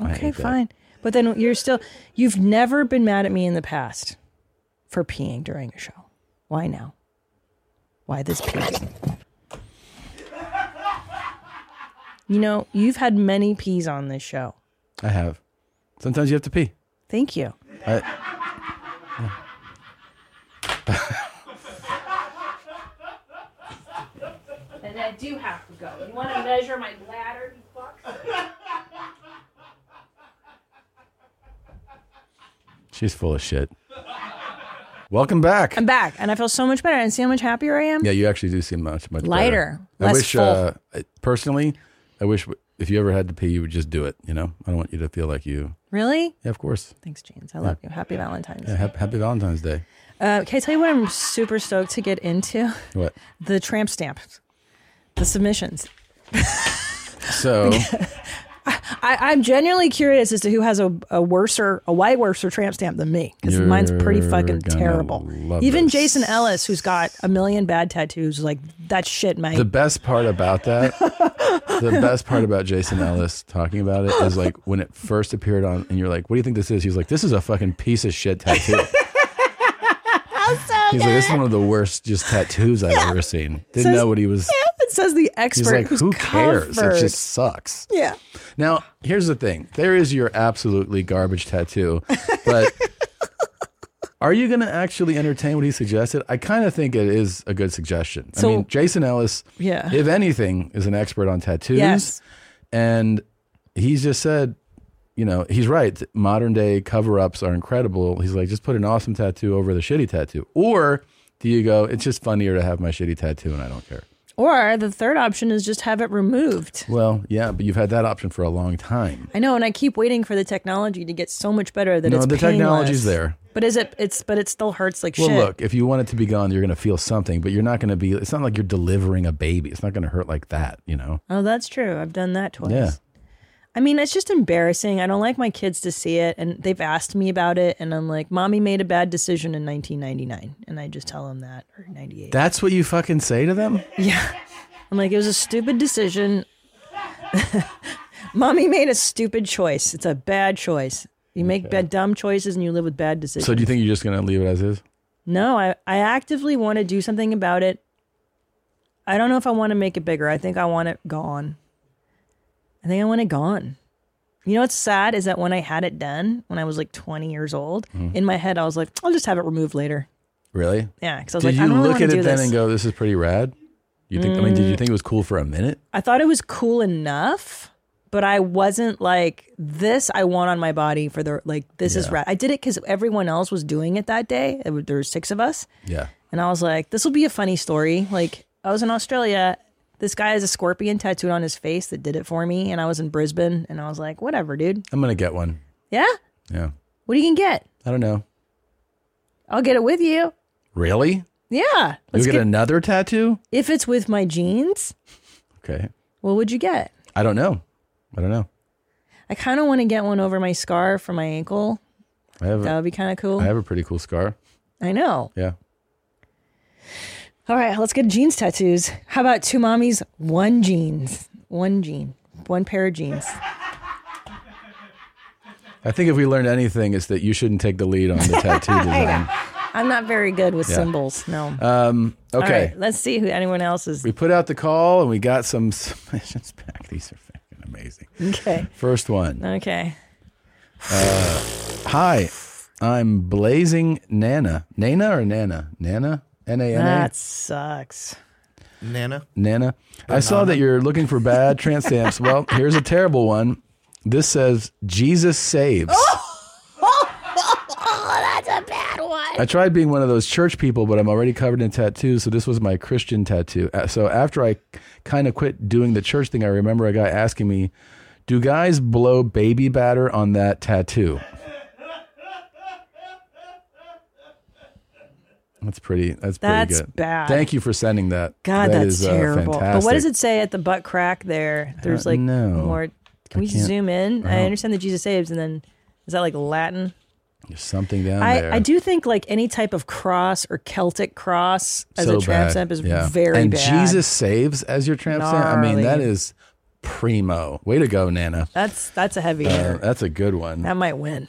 I
Okay,
hate that.
fine. But then you're still, you've never been mad at me in the past for peeing during a show. Why now? Why this pee? you know, you've had many pees on this show.
I have. Sometimes you have to pee.
Thank you.
And I do have to go. You want to measure my bladder, you fuck?
She's full of shit. Welcome back.
I'm back and I feel so much better. And see how much happier I am?
Yeah, you actually do seem much much better.
Lighter,
I
less
wish
full.
uh, I- personally, I wish w- if you ever had to pee, you would just do it. You know, I don't want you to feel like you.
Really?
Yeah, of course.
Thanks, James. I love you. Happy Valentine's.
Yeah, hap- happy Valentine's Day.
Uh, can I tell you what I'm super stoked to get into?
What?
The tramp stamp, the submissions. [laughs]
So
I, I'm genuinely curious as to who has a, a worser, a way worser tramp stamp than me because mine's pretty
You're
fucking
gonna
terrible.
love
Even
this.
Jason Ellis, who's got a million bad tattoos, is like that shit, mate.
the best part about that, the best part about Jason Ellis talking about it is like when it first appeared on, and you're like, "What do you think this is?" He's like, "This is a fucking piece of shit tattoo." He's like, "This is one of the worst just tattoos I've ever seen." Didn't
Says-
know what he was.
it says the
He's
expert
like,
who's
"Who cares?
covered.
It just sucks."
yeah.
Now, here's the thing. There is your absolutely garbage tattoo,
[laughs]
but are you going to actually entertain what he suggested? I kind of think it is a good suggestion.
So-
I mean, Jason Ellis,
Yeah.
if anything, is an expert on tattoos.
Yes.
And he's just said, you know, he's right. Modern day cover ups are incredible. He's like, just put an awesome tattoo over the shitty tattoo. Or do you go, it's just funnier to have my shitty tattoo and I don't care?
Or the third option is just have it removed.
Well, yeah, but you've had that option for a long time.
I know, and I keep waiting for the technology to get so much better that
No,
it's
the
painless.
technology's there.
But is it? It's but it still hurts like
Well,
shit.
look, if you want it to be gone, you're going to feel something, but you're not going to be, it's not like you're delivering a baby. It's not going to hurt like that, you know?
Oh, that's true. I've done that twice.
Yeah.
I mean, it's just embarrassing. I don't like my kids to see it, and they've asked me about it, and I'm like, "Mommy made a bad decision in 1999," and I just tell them that, or '98.
That's what you fucking say to them?
yeah, I'm like, "It was a stupid decision. [laughs] Mommy made a stupid choice. It's a bad choice. You make bad, dumb choices, and you live with bad decisions."
So do you think you're just going to leave it as is?
no, I I actively want to do something about it. I don't know if I want to make it bigger. I think I want it gone. I think I want it gone. You know what's sad is that when I had it done, when I was like 20 years old,
Mm-hmm.
in my head I was like, I'll just have it removed later.
Really?
Yeah, because I was
Did
like,
you
I don't really
look
want
at
to do
it then
this. Mm.
and go, this is pretty rad? You think, I mean, did you think it was cool for a minute?
I thought it was cool enough, but I wasn't like this. I want on my body for the like this is rad. I did it because everyone else was doing it that day. It was- there were six of us,
Yeah.
and I was like, this will be a funny story. Like I was in Australia This guy has a scorpion tattooed on his face that did it for me, and I was in Brisbane, and I was like, whatever, dude.
I'm gonna get one.
Yeah,
Yeah.
what do you can get?
I don't know.
I'll get it with you.
Really?
Yeah,
You
let's
get,
get.
another tattoo?
if it's with my jeans,
Okay.
what would you get?
I don't know. I don't know.
I kind of want to get one over my scar for my ankle.
I have
That
a,
would be kind of cool.
I have a pretty cool scar.
I know.
Yeah.
All right, let's get jeans tattoos. How about two mommies, one jeans, one jean, one pair of jeans?
I think if we learned anything, it's that you shouldn't take the lead on the
[laughs]
tattoo design.
I'm not very good with symbols. No. All
Uh, Okay.
right, let's see who anyone else is.
We put out the call and we got some [laughs] submissions back. These are fucking amazing.
Okay.
First one.
Okay.
Hi, I'm Blazing Nana. Nana or Nana? Nana? N A N A?
That sucks.
Nana.
Nana. I saw that you're looking for bad trans
[laughs]
stamps. Well, here's a terrible one. This says, Jesus saves.
Oh!
[laughs]
That's a bad one.
I tried being one of those church people, but I'm already covered in tattoos, so this was my Christian tattoo. Uh, So after I kind of quit doing the church thing, I remember a guy asking me, "Do guys blow baby batter on that
[laughs]
tattoo?" That's pretty. That's pretty
That's
good.
bad.
Thank you for sending that.
God,
That
that's
is, uh,
terrible. but what
fantastic.
does it say at the butt crack there? There's like
know.
more. Can we
can't-
zoom in? I understand that Jesus saves, and then is that like Latin?
There's something down there.
I, I do think like any type of cross or Celtic cross as
so
a tramp
bad.
stamp is
Yeah.
very
and
bad.
Jesus saves as your tramp stamp. I mean,
Gnarly.
that is primo. Way to go, Nana.
that's that's a heavy
Uh,
hitter.
that's a good one.
That might win.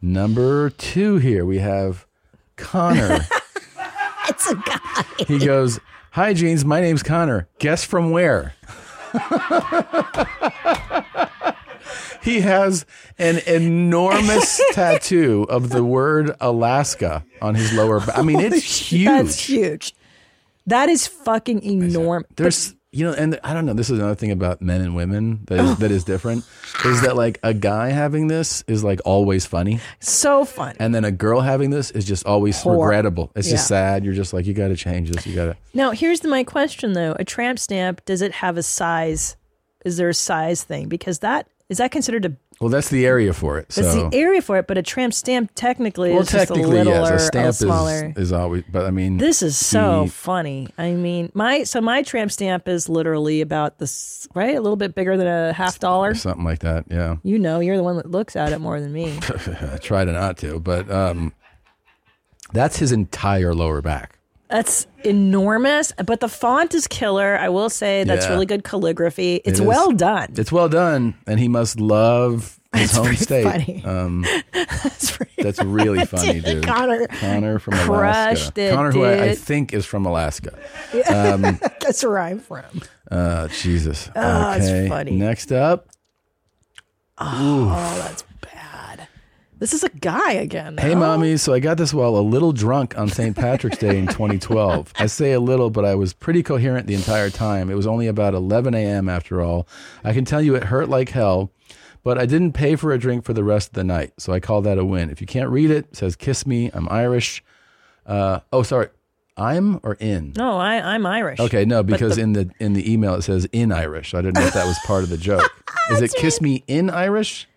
Number two here, we have
[laughs]
Connor.
It's a guy.
he goes, Hi, Jeans. My name's Connor. Guess from where? [laughs] he has an
[laughs]
enormous tattoo of the word Alaska on his lower back. I mean, it's [laughs] huge.
That's huge. That is fucking enormous.
There's, you know, and I don't know. This is another thing about men and women that
Oh.
is, that is different is that like a guy having this is like always funny.
so fun.
And then a girl having this is just always
Whore.
regrettable. It's just
Yeah.
sad. You're just like, you got to change this. You got to.
Now, here's the, my question though: a tramp stamp does it have a size? Is there a size thing? Because that is that considered a
Well, that's the area for it.
that's
so.
the area for it, but a tramp stamp technically
well,
is just a
technically,
littler,
yes. A
a
stamp
smaller.
is, is always, but I mean,
This is so
the-
funny. I mean, my so my tramp stamp is literally about this, right? A little bit bigger than a half dollar.
something like that. Yeah,
You know, you're the one that looks at it more
[laughs]
than me.
I try to not to, but um, that's his entire lower back.
That's enormous, but the font is killer. I will say that's
Yeah.
really good calligraphy. It's
It is.
well done.
It's well done, and he must love his
That's
home
pretty
state.
funny.
Um,
It's pretty
that's really funny,
funny.
dude.
Connor,
Connor from
Crushed
Alaska.
it,
Connor, who I, I
dude.
think is from Alaska.
[laughs] that's where I'm from.
Uh, Jesus.
Oh, it's
okay.
funny.
Next up,
Oh, that's bad. This is a guy again.
Hey,
Oh,
mommy. So I got this while a little drunk on St. Patrick's Day
[laughs]
in 2012. I say a little, but I was pretty coherent the entire time. It was only about 11 a.m. after all. I can tell you it hurt like hell, but I didn't pay for a drink for the rest of the night. So I call that a win. If you can't read it, it says, Kiss me. I'm Irish. Uh, oh, sorry. I'm or in?
No, I, I'm Irish.
Okay, no, because
the-
in the in the email it says in Irish. I didn't know if that was part of the joke. Is it kiss me in Irish?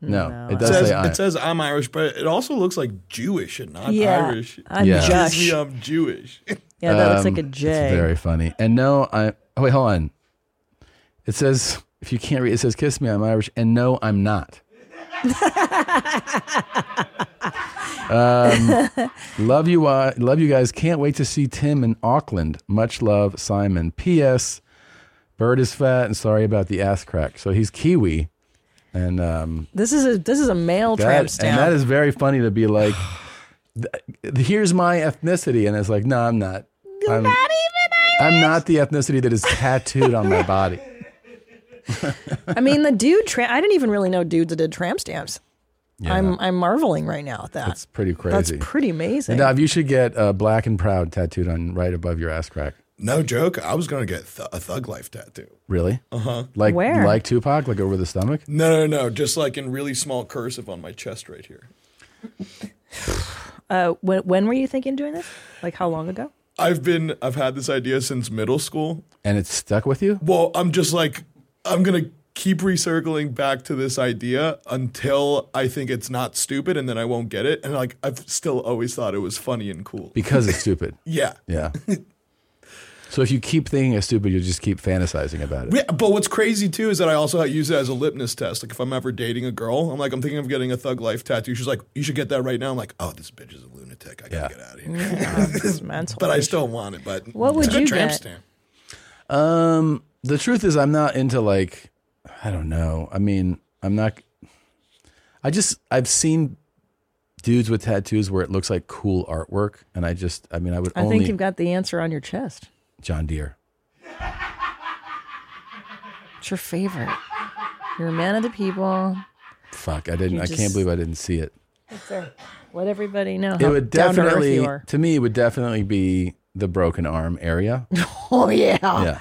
No, it
It
does
says,
say I.
it says I'm Irish, but it also looks like Jewish and not
Yeah,
Irish.
I'm
Yeah. Um,
Tells me
Josh.
I'm Jewish. [laughs]
Yeah, that looks like a
It's
J.
very funny. And no, I oh, wait, hold on. It says if you can't read, it says "Kiss me, I'm Irish," and no, I'm not. um, love you, uh, love you guys. Can't wait to see Tim in Auckland. Much love, Simon. P.S. Bird is fat and sorry about the ass crack. So he's Kiwi, and um,
This is a this is a male tramp
that, and
stamp.
that is very funny to be like, [sighs] th- here's my ethnicity, and it's like, no, I'm not. I'm,
not even.
I'm not the ethnicity that is tattooed on my
[laughs]
body.
I mean, the dude. Tra- I didn't even really know dudes that did tramp stamps. I'm I'm marveling right now at that.
It's pretty
That's
crazy.
pretty amazing.
Nav, you should get uh, black and proud tattooed on right above your ass crack.
No joke. I was gonna get th- a Thug Life tattoo.
Really? Uh huh. Like
Where?
like Tupac, like over the stomach.
No, no, no. Just like in really small cursive on my chest right here. [laughs]
uh, when when were you thinking doing this? Like how long ago?
I've been I've had this idea since middle school.
and it's stuck with you.
Well, I'm just like I'm gonna keep recircling back to this idea until I think it's not stupid, and then I won't get it. And like I've still always thought it was funny and cool.
because it's stupid.
yeah.
Yeah. so if you keep thinking it's stupid, you'll just keep fantasizing about it.
Yeah, but what's crazy too is that I also use it as a litmus test. Like if I'm ever dating a girl, I'm like, I'm thinking of getting a thug life tattoo. She's like, you should get that right now. I'm like, oh, this bitch is a lunatic. I gotta
Yeah.
get out of here. [laughs]
It's mental.
but I still want it. But
What would
it's a good
you
tramp
get?
stamp.
Um, the truth is, I'm not into like, I don't know. I mean, I'm not. I just I've seen dudes with tattoos where it looks like cool artwork, and I just I mean I would
I
only
think you've got the answer on your chest.
John Deere.
It's your favorite. You're a man of the people.
Fuck, I didn't.
You
I can't
just-
believe I didn't see it.
Let everybody know.
It
how
would
down to earth
definitely,
you
to,
are.
me, it would definitely be the broken arm
[laughs]
area.
[laughs] Oh yeah.
yeah.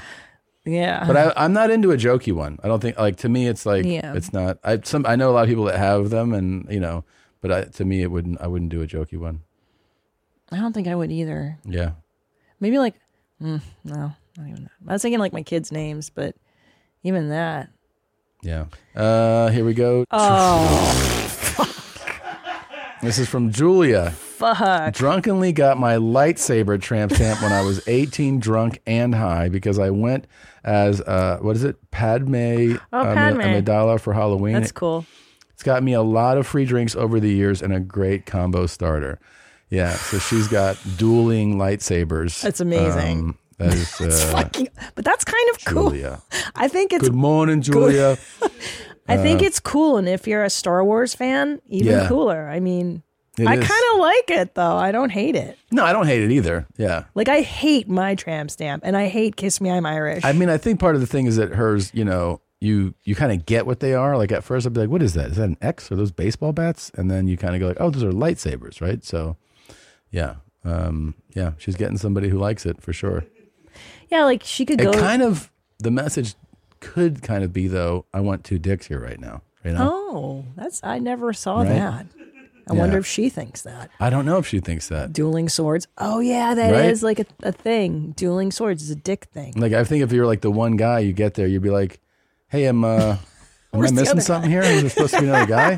Yeah.
But I, I'm not into a jokey one. I don't think like to me it's like
Yeah.
it's not. I some I know a lot of people that have them, and you know, but I, to me it wouldn't. I wouldn't do a jokey one.
I don't think I would either.
Yeah,
Maybe like, mm, no, not even that. I was thinking like my kids' names, but even that.
yeah. Uh, here we go.
Oh
This is from Julia.
fuck!
Drunkenly got my lightsaber tramp stamp when I was 18, drunk and high, because I went as uh, what is it, Padme? uh,
Oh,
Ami-
Padme.
Amidala for Halloween.
That's cool.
It's got me a lot of free drinks over the years and a great combo starter. Yeah, so she's got dueling lightsabers.
That's amazing.
that
[laughs]
is uh,
Fucking, but that's kind of cool.
um, Julia.
I think it's
Good morning, Julia.
I think it's cool, and if you're a Star Wars fan, even
Yeah.
cooler. I mean,
It
I
is.
kind of like it though. I don't hate it.
no, I don't hate it either. Yeah,
Like I hate my tramp stamp, and I hate "Kiss Me, I'm Irish."
I mean, I think part of the thing is that hers, you know, you you kind of get what they are. Like at first, I'd be like, "What is that? Is that an X? Are those baseball bats?" And then you kind of go like, "Oh, those are lightsabers, right?" So, yeah, um, yeah, she's getting somebody who likes it for sure.
yeah, like she could go.
It kind of the message could kind of be though. I want two dicks here right now. You know,
oh, that's I never saw
Right?
that. I
Yeah.
wonder if she thinks that.
I don't know if she thinks that.
Dueling swords. Oh yeah, that is
Right?
like a, a thing. Dueling swords is a dick thing.
Like I think if you're like the one guy you get there, you'd be like, "Hey,
[laughs]
I'm uh, am I
Where's the
missing
other
something here? Is there supposed to be another
[laughs]
guy?"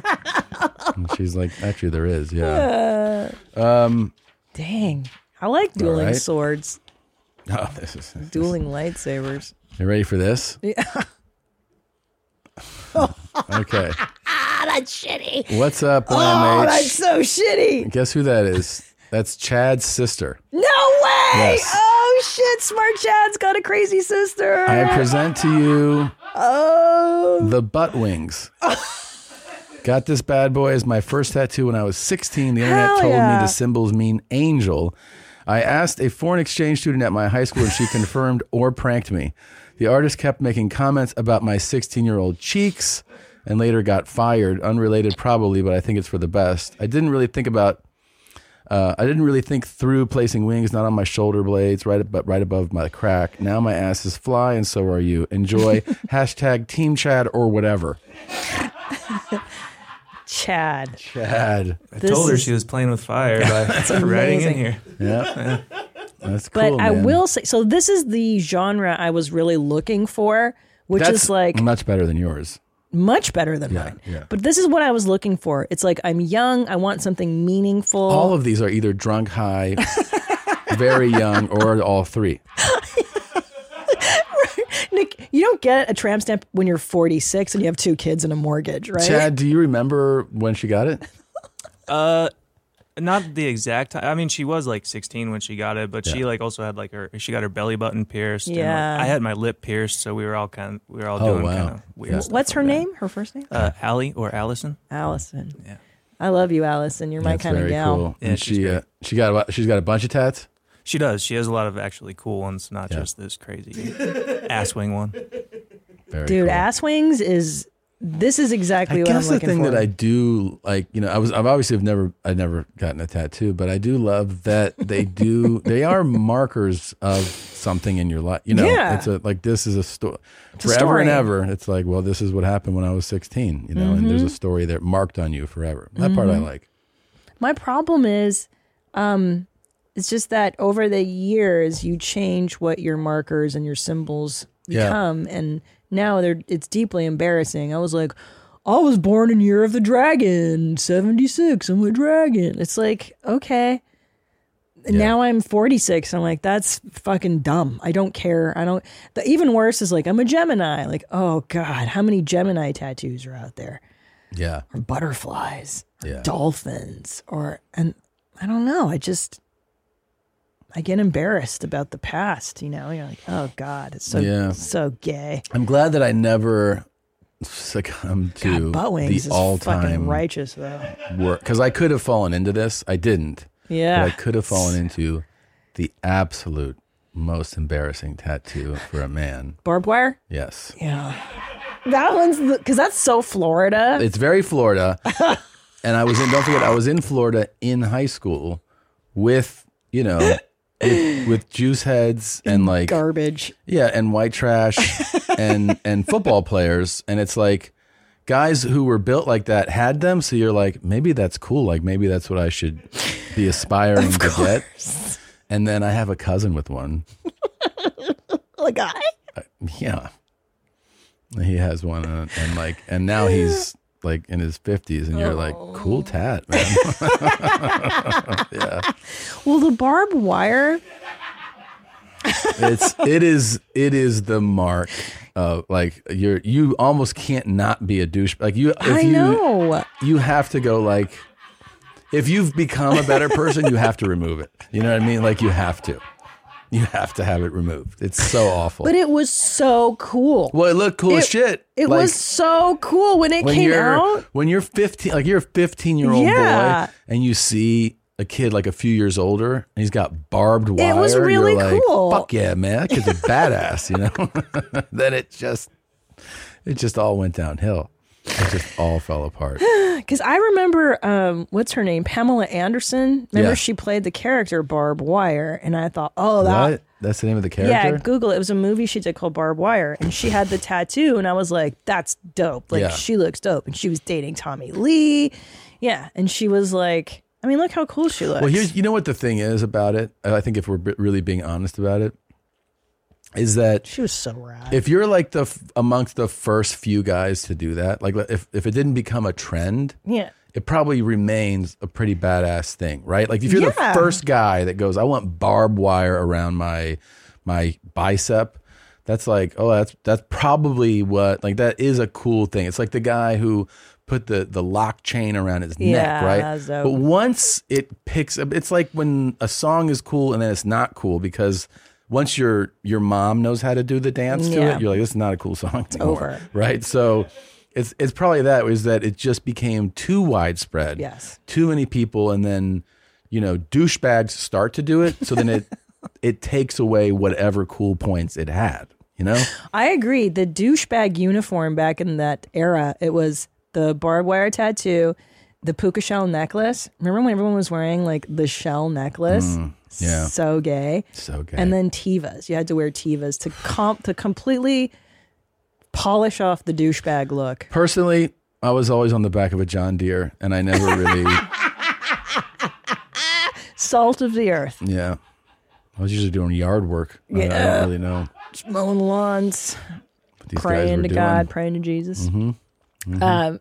And she's like, "Actually, there is. Yeah,
Dang, I like dueling
right.
swords,
[laughs] oh, this is
dueling lightsabers.
You ready for this? Yeah. okay.
Ah, that's shitty.
What's up,
[laughs] Oh,
LMH?
that's so shitty.
Guess who that is? That's Chad's sister.
No way!
Yes.
Oh shit! Smart Chad's got a crazy sister.
I present to you
oh,
the butt wings. Got this bad boy as my first tattoo when I was 16. The internet
Hell
told
yeah.
me the symbols mean angel. I asked a foreign exchange student at my high school and she confirmed or pranked me. The artist kept making comments about my 16 year old cheeks and later got fired. Unrelated, probably, but I think it's for the best. I didn't really think about. Uh, I didn't really think through placing wings, not on my shoulder blades, right, but right above my crack. Now my ass is fly, and so are you.
[laughs]
Enjoy hashtag Team Chad or whatever.
Chad.
Chad,
This
Told her
is-
she was playing with fire by [laughs] writing in
amazing.
here.
that's
But
cool.
I
man.
will say, so this is the genre I was really looking for, which
That's
is like
much better than yours.
much better than mine. But this is what I was looking for. It's like I'm young. I want something meaningful.
All of these are either drunk,
[laughs]
high, very young, or all three.
Nick, you don't get a tramp stamp when you're 46 and you have two kids and a mortgage, right?
Chad, do you remember when she got it?
Not the exact time. I mean, she was like 16 when she got it, but she like also had like her. She got her belly button pierced. and, like,
Yeah.
I had my lip pierced, so we were all kind. Of, we were all
Oh,
doing
wow.
kind of weird.
Yeah.
Stuff
What's her
like
name? Her first name?
That. Uh, Allie or Allison?
Allison. Yeah. I love you, Allison. You're my
That's
kind of
very
gal.
cool.
Yeah,
and
she's
she uh, she got a- she's got a bunch of tats.
She does. She has a lot of actually cool ones, not just this crazy [laughs] ass wing one.
Very
Dude,
cool.
ass wings is this is exactly
I
what
guess
I'm
the
looking
thing
for.
that I do like, you know, I was I've obviously have never I've never gotten a tattoo, but I do love that they
[laughs]
do they are markers of something in your life. You know,
Yeah.
it's a like this is a story
a
forever and
story.
ever. It's like, well, this is what happened when I was sixteen, you know, and
Mm-hmm.
there's a story there marked on you forever. That part I like.
My problem is, um, It's just that over the years you change what your markers and your symbols
Yeah.
become, and now they're it's deeply embarrassing. I was like, I was born in year of the dragon, seventy six. I'm a dragon. It's like okay. And Now I'm 46. I'm like, that's fucking dumb. I don't care. I don't. The, even worse is like, I'm a Gemini. Like, oh God, how many Gemini tattoos are out there?
Yeah.
or butterflies or
Yeah.
dolphins or and I don't know. I just I get embarrassed about the past, you know. You're like, oh God, it's so
Yeah.
so gay.
I'm glad that I never succumbed to
God, butt wings
the
is
all
fucking
time
righteous though.
work because I could have fallen into this. I didn't.
Yeah.
But I could have fallen into the absolute most embarrassing tattoo for a man.
Barbed wire?
Yes.
Yeah. That one's because that's so Florida.
It's very Florida. and I was in, don't forget, I was in Florida in high school with, you know, with, with juice heads and like,
Garbage.
yeah, and white trash and, and football players. And it's like, guys who were built like that had them. So you're like, maybe that's cool. Like, maybe that's what I should be aspiring to get. And then I have a cousin with one.
Like I
Yeah. He has one and, and like and now he's like in his 50s and you're like
Oh.
cool tat man.
well the barbed wire
it's it is it is the mark of like you're you almost can't not be a douche like you if
I
you
know.
you have to go like if you've become a better person you have to remove it. You know what I mean? Like you have to. You have to have it removed. It's so awful.
But it was so cool.
well, it looked cool as
it-
shit.
It
Like,
was so cool when it
when
came
you're
out.
when you're 15 like you're a 15 year old
Yeah.
boy and you see a kid like a few years older and he's got barbed wire
was
you're
really
like,
cool.
fuck yeah man that
[laughs]
kid's a badass you know [laughs] then it just it just all went downhill it just all fell
[laughs]
apart
Because I remember, um, what's her name? Pamela Anderson. Remember,
Yeah.
she played the character Barb Wire, and I thought, oh, that.
what that's the name of the
Yeah,
character
Google. It It was a movie she did called Barb Wire, and she had the tattoo, and I was like, "That's dope! Like,
Yeah.
she looks dope." And she was dating Tommy Lee, yeah. And she was like, "I mean, look how cool she looks."
well here's you know what the thing is about it i think if we're b- really being honest about it is that
she was so rad.
if you're like the f- amongst the first few guys to do that like if, if it didn't become a trend
yeah,
it probably remains a pretty badass thing, right? Like if you're
Yeah.
the first guy that goes, I want barbed wire around my my bicep, that's like, oh, that's that's probably what like that is a cool thing. It's like the guy who put the the lock chain around his neck,
Yeah,
right?
that's dope.
But once it picks up, it's like when a song is cool and then it's not cool because once your your mom knows how to do the dance to
Yeah.
it, you're like, this is not a cool song [laughs] anymore,
over.
right? So it's it's probably that is that it just became too widespread.
Yes.
too many people, and then you know douchebags start to do it. So then
[laughs]
it it takes away whatever cool points it had. You know,
I agree. The douchebag uniform back in that era, it was the barbed wire tattoo, the puka shell necklace. Remember when everyone was wearing like the shell necklace?
yeah.
So gay.
so good.
And then tivas. You had to wear tivas to comp to completely polish off the douchebag look.
personally, I was always on the back of a John Deere, and I never
[laughs]
really,
Salt of the earth.
yeah. I was usually doing yard work. I- I,
Yeah.
don't really know
Just mowing lawns.
what these guys
praying
were
to
doing.
God, praying to Jesus. Um,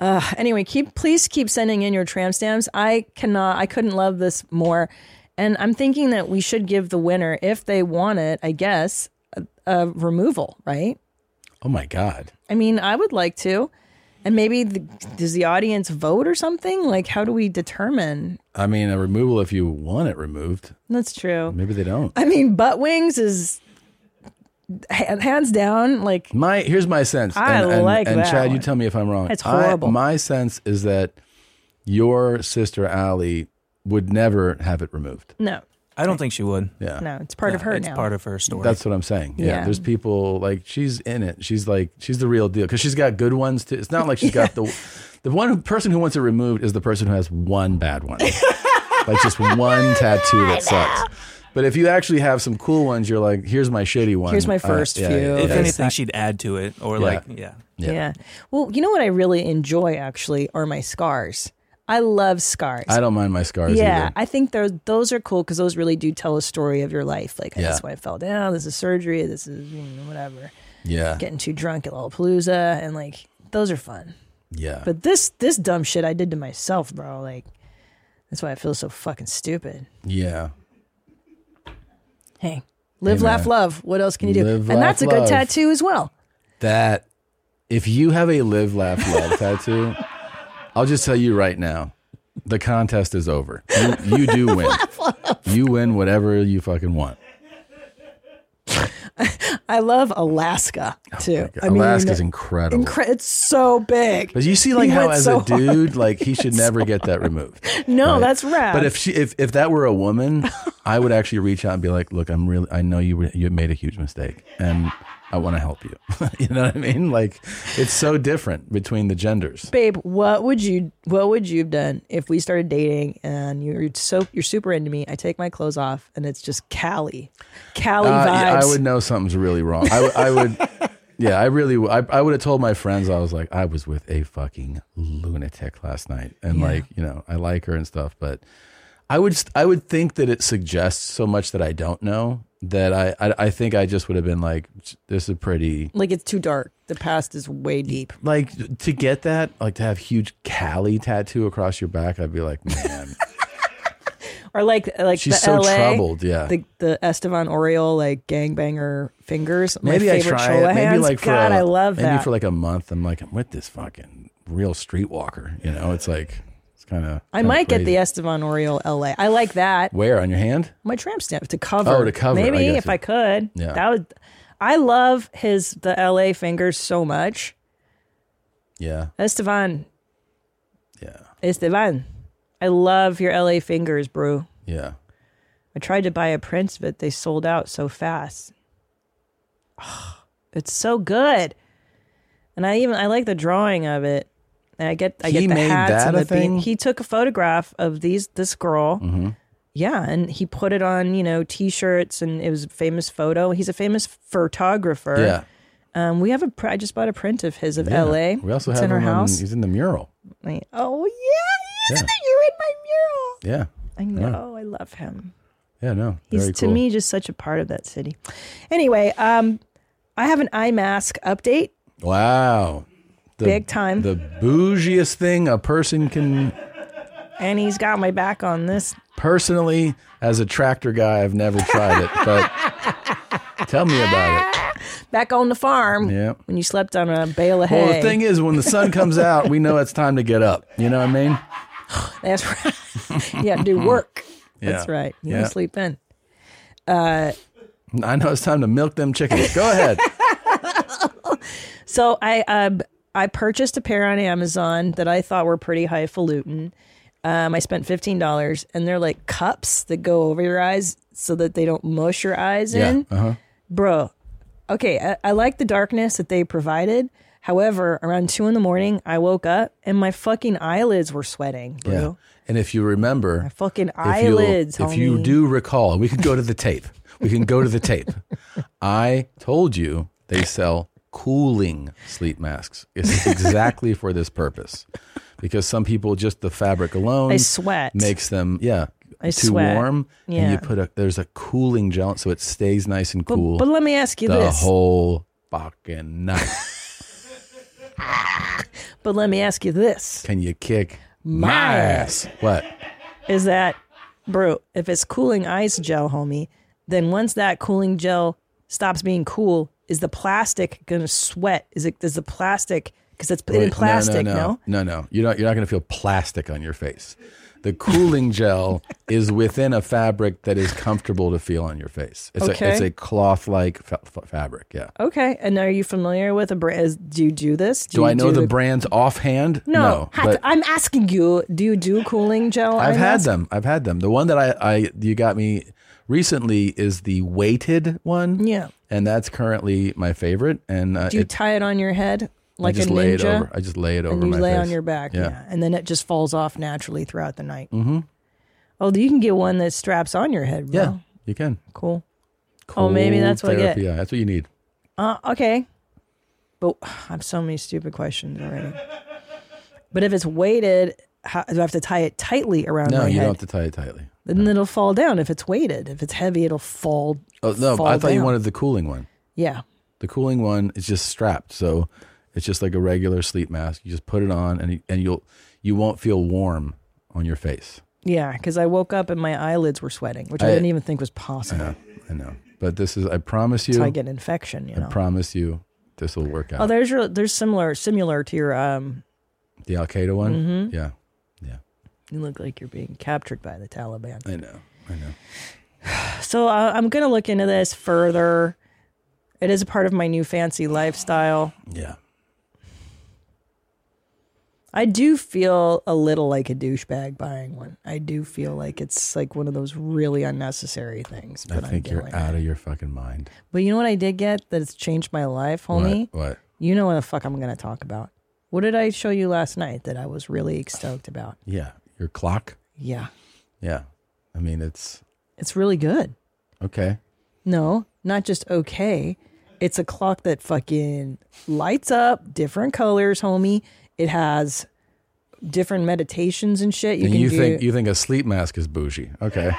uh, anyway, keep please keep sending in your tram stamps. I cannot, I couldn't love this more, and I'm thinking that we should give the winner, if they want it, I guess, a, a removal, right?
Oh my God.
I mean, I would like to, and maybe the, does the audience vote or something? Like, how do we determine?
I mean, a removal if you want it removed.
That's true.
Maybe they don't.
I mean, butt wings is ha- hands down like
My here's my sense.
I
and, and,
like
and
that
Chad,
one.
you tell me if I'm wrong.
It's
I-
horrible.
my sense is that your sister Allie would never have it removed.
no,
I don't think she would.
Yeah.
no, it's part of her
it's
now.
part of her story.
That's what I'm saying. Yeah.
Yeah.
There's people like she's in it. She's like she's the real deal cuz she's got good ones too. It's not like she's got the the one person who wants it removed is the person who has one bad
[laughs]
one. like just one tattoo that sucks. But if you actually have some cool ones, you're like, here's my shitty one.
Here's my
Uh,
first
yeah,
few.
yeah,
if
yeah.
anything, she'd add to it or like, yeah.
Yeah.
Yeah. Well, you know what I really enjoy actually are my scars. I love scars.
I don't mind my scars
yeah,
either.
I think those those are cool because those really do tell a story of your life. Like
Yeah.
that's why I fell down. This is surgery. This is you know, whatever.
Yeah.
Getting too drunk at Lollapalooza and like those are fun.
yeah.
But this this dumb shit I did to myself, bro. Like that's why I feel so fucking stupid.
yeah.
Hey, live, laugh, love. What else can you do?
Live,
and that's
laugh,
a good
love.
tattoo as well.
That if you have a live, laugh,
[laughs]
love tattoo, I'll just tell you right now, the contest is over. You, you
[laughs]
do win. you win whatever you fucking want.
I love Alaska too. I mean,
Oh Alaska's incredible.
incre- it's so big.
But you see, like
He
how
went
as
[laughs] so
a dude, like he
[laughs]
should never get that removed.
no,
right?
that's rad.
But if she, if if that were a
[laughs]
woman, I would actually reach out and be like, "Look, I'm really, I know you were, you made a huge mistake, and I want to help you." [laughs] you know what I mean? Like, it's so different between the genders.
babe, what would you what would you have done if we started dating and you're so you're super into me? I take my clothes off and it's just Cali, Cali
Uh,
vibes.
yeah, I would know something's really wrong. I, would- I
[laughs]
would. Yeah, I really, w- I, I would have told my friends I was like, I was with a fucking lunatic last night, and like, you know, I like her and stuff, but I would, st- I would think that it suggests so much that I don't know that I, I, I think I just would have been like, this is pretty,
like it's too dark. The past is way deep.
like to get that, like to have huge Cali tattoo across your back, I'd be like,
[laughs]
man,
Or like like
she's
the
so
LA,
troubled, yeah.
The the Estevan Oriole like gangbanger fingers.
Maybe
my
I
favorite
try
Chola
it. Maybe
hands.
like for
God,
a-
I love
maybe
that.
for like a month. I'm like I'm with this fucking real streetwalker. You know, it's like it's kind of.
I might get the Estevan Oriole LA. I like that.
Where on your hand?
my tramp stamp to cover.
Oh, to cover, I
Maybe
guess
if
it-
I could.
Yeah.
That would. I love his the L.A. fingers so much.
Yeah,
Estevan,
yeah,
Estevan, I love your L.A. fingers, bro.
yeah.
I tried to buy a Prince, but they sold out so fast. it's so good, and I even I like the drawing of it. And I get I
He
get the
made
hats
that
and
a
the bean-
thing? Mm-hmm.
He took a photograph of these this girl. Yeah, and he put it on you know t-shirts, and it was a famous photo. He's a famous photographer.
Yeah.
Um, we have a. pr- I just bought a print of his of
Yeah.
L.A.
We also
it's
have
in our
him on-
house.
he's in the mural.
Like, oh yeah, yeah,
Yeah.
you're in my
Yeah,
mural. I know. I love him.
yeah. No,
He's
very
to
cool.
me just such a part of that city. Anyway, um, I have an eye mask update.
Wow. The,
Big time.
The bougiest thing a person can
and he's got my back on this.
personally, as a tractor guy, I've never tried it, but tell me about it.
Back on the farm.
Yeah.
When you slept on a bale of hay.
Well, the thing is, when the sun comes out, we know it's time to get up. You know what I mean?
[laughs] That's right. [laughs] you
[laughs]
have to do work. That's
Yeah.
right. You
Yeah.
don't sleep in.
[laughs] I know it's time to milk them chickens. Go
[laughs]
ahead.
So I um I purchased a pair on Amazon that I thought were pretty highfalutin. Um, I spent fifteen dollars, and they're like cups that go over your eyes so that they don't mush your eyes
yeah.
in.
Uh-huh.
bro okay I, I like the darkness that they provided however around two in the morning i woke up and my fucking eyelids were sweating bro
Yeah. And if you remember,
my fucking
if you'll-
eyelids
If you
homie.
do recall, we can go to the tape. We can go to the tape. I told you they sell cooling sleep masks. It's exactly for this purpose. Because some people just the fabric alone
They sweat.
makes them yeah
I
too
sweat.
warm. And
Yeah.
you put a there's a cooling gel so it stays nice and
but,
cool
but let me ask you
the
this
whole fucking night.
but let me ask you this
Can you kick my ass? What?
[laughs] is that bro if it's cooling ice gel homie then once that cooling gel stops being cool is the plastic gonna sweat is it does the plastic because it's
Wait,
in plastic
No, no, no, no. You're not. You're not going to feel plastic on your face. The
[laughs]
cooling gel is within a fabric that is comfortable to feel on your face. It's
Okay.
a it's a cloth like fa- fa- fabric. Yeah.
no? okay and are you familiar with a brand is- do you do this
Do
you
I know
do
the brands offhand?
No, Hat-
but
I'm asking you. Do you do cooling gel?
I've
eye
had
masks?
them. I've had them. The one that I, I you got me recently is the weighted one.
Yeah.
And that's currently my favorite. And uh,
Do you
it,
tie it on your head
I
like
just
a ninja?
lay it over. I just lay it over
and you
my
lay
face.
on your back, yeah.
Yeah.
and then it just falls off naturally throughout the night. Mm-hmm. Oh, you can get one that straps on your head. Bro.
Yeah, you can.
cool. Oh, maybe
Cold
that's what I
therapy.
get.
Yeah, that's what you need.
Uh, okay, but I have so many stupid questions already. But if it's weighted, how, do I have to tie it tightly around
No,
my
you
head?
don't have to tie it tightly.
then it'll fall down if it's weighted. If it's heavy, it'll fall.
Oh no,
fall
I thought you
down.
wanted the cooling one.
Yeah.
The cooling one is just strapped, so it's just like a regular sleep mask. You just put it on, and you- and you'll you won't feel warm on your face.
Yeah, because I woke up and my eyelids were sweating, which I,
I-
didn't even think was possible.
I know, but this is I promise
So
you,
I get an infection, you
I
know.
promise you, this will work out.
oh, there's your there's similar similar to your um.
the Al Qaeda one,
Mm-hmm.
yeah,
You look like you're being captured by the Taliban.
I know, I know.
So uh, I'm gonna look into this further. It is a part of my new fancy lifestyle.
Yeah,
I do feel a little like a douchebag buying one. I do feel like it's like one of those really unnecessary things. But
I
am
think you're
doing it.
out of your fucking mind.
But you know what I did get that it's changed my life, homie?
What? What?
You know what the fuck I'm gonna talk about. What did I show you last night that I was really stoked about?
Yeah, your clock.
Yeah.
Yeah, I mean it's
It's really good.
okay.
No, not just okay. It's a clock that fucking lights up, different colors, homie. It has different meditations and shit. You
and
can
you
do
think you think a sleep mask is bougie? Okay.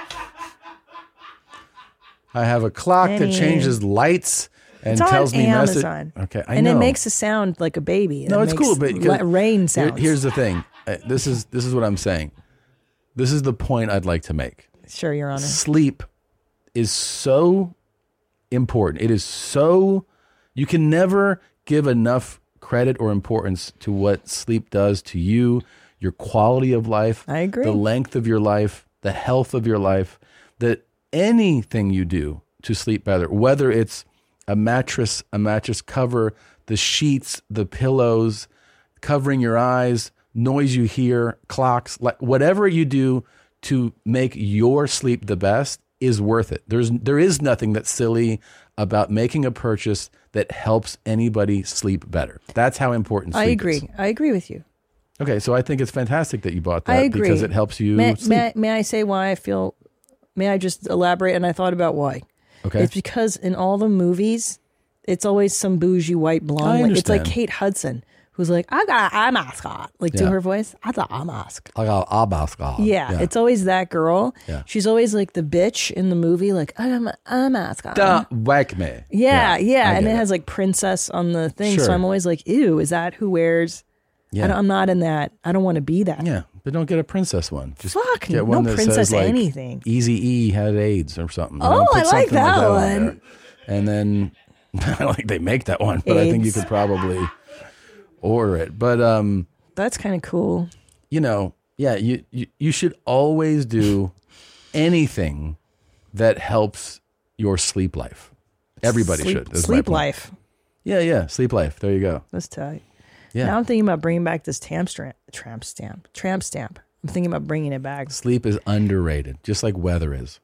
I have a clock that
Anyway.
changes lights and
It's on
tells me message.
Amazon.
Okay, I
and
know.
it makes a sound like a baby.
no,
It
it's
makes
cool, but
la-
because-
rain
here-
sounds.
here's the thing. Uh, This is this is what I'm saying. This is the point I'd like to make.
sure, Your Honor.
Sleep is so important. It is so you can never give enough credit or importance to what sleep does to you, your quality of life,
I agree.
the length of your life, the health of your life, that anything you do to sleep better, whether it's a mattress, a mattress cover, the sheets, the pillows, covering your eyes, noise you hear, clocks, like whatever you do to make your sleep the best is worth it. There's there is nothing that's silly about making a purchase that helps anybody sleep better. That's how important
I
sleep
agree.
is.
I agree with you.
Okay, so I think it's fantastic that you bought that
I agree
because it helps you
May,
sleep.
may, I- may I say why I feel? May I just elaborate? And I thought about why.
okay.
It's because in all the movies, it's always some bougie white
I
blonde. It's like
understand.
Kate Hudson, who's like, "I got an eye mask on," like do
Yeah.
her voice. I got an eye mask.
I got alcohol.
Yeah, it's always that girl.
Yeah.
She's always like the bitch in the movie, like I got an eye mask on.
Don't whack me.
Yeah, yeah,
I
and
get
it, has like princess on the thing, so
Sure.
I'm always like, "Ew, is that who wears?"
Yeah.
I don't, I'm not in that. I don't want to be that.
Yeah, but don't get a princess one. Just
Fuck,
get one
no
that
princess
says like
anything.
Easy E had AIDS or something. you
Oh,
know, put
I like
something
that
on
one.
there. And then [laughs] I don't think they make that one, but I think you
AIDS.
could probably order it. But um,
That's kind of cool.
you know, yeah, you you, you should always do anything that helps your sleep life. Everybody
sleep,
should. is my
sleep
point.
life.
Yeah, yeah, sleep life. There you go.
That's tight.
Yeah.
Now I'm thinking about bringing back this tramp stamp. Tramp stamp. Tramp stamp. I'm thinking about bringing it back.
Sleep is underrated, just like weather is.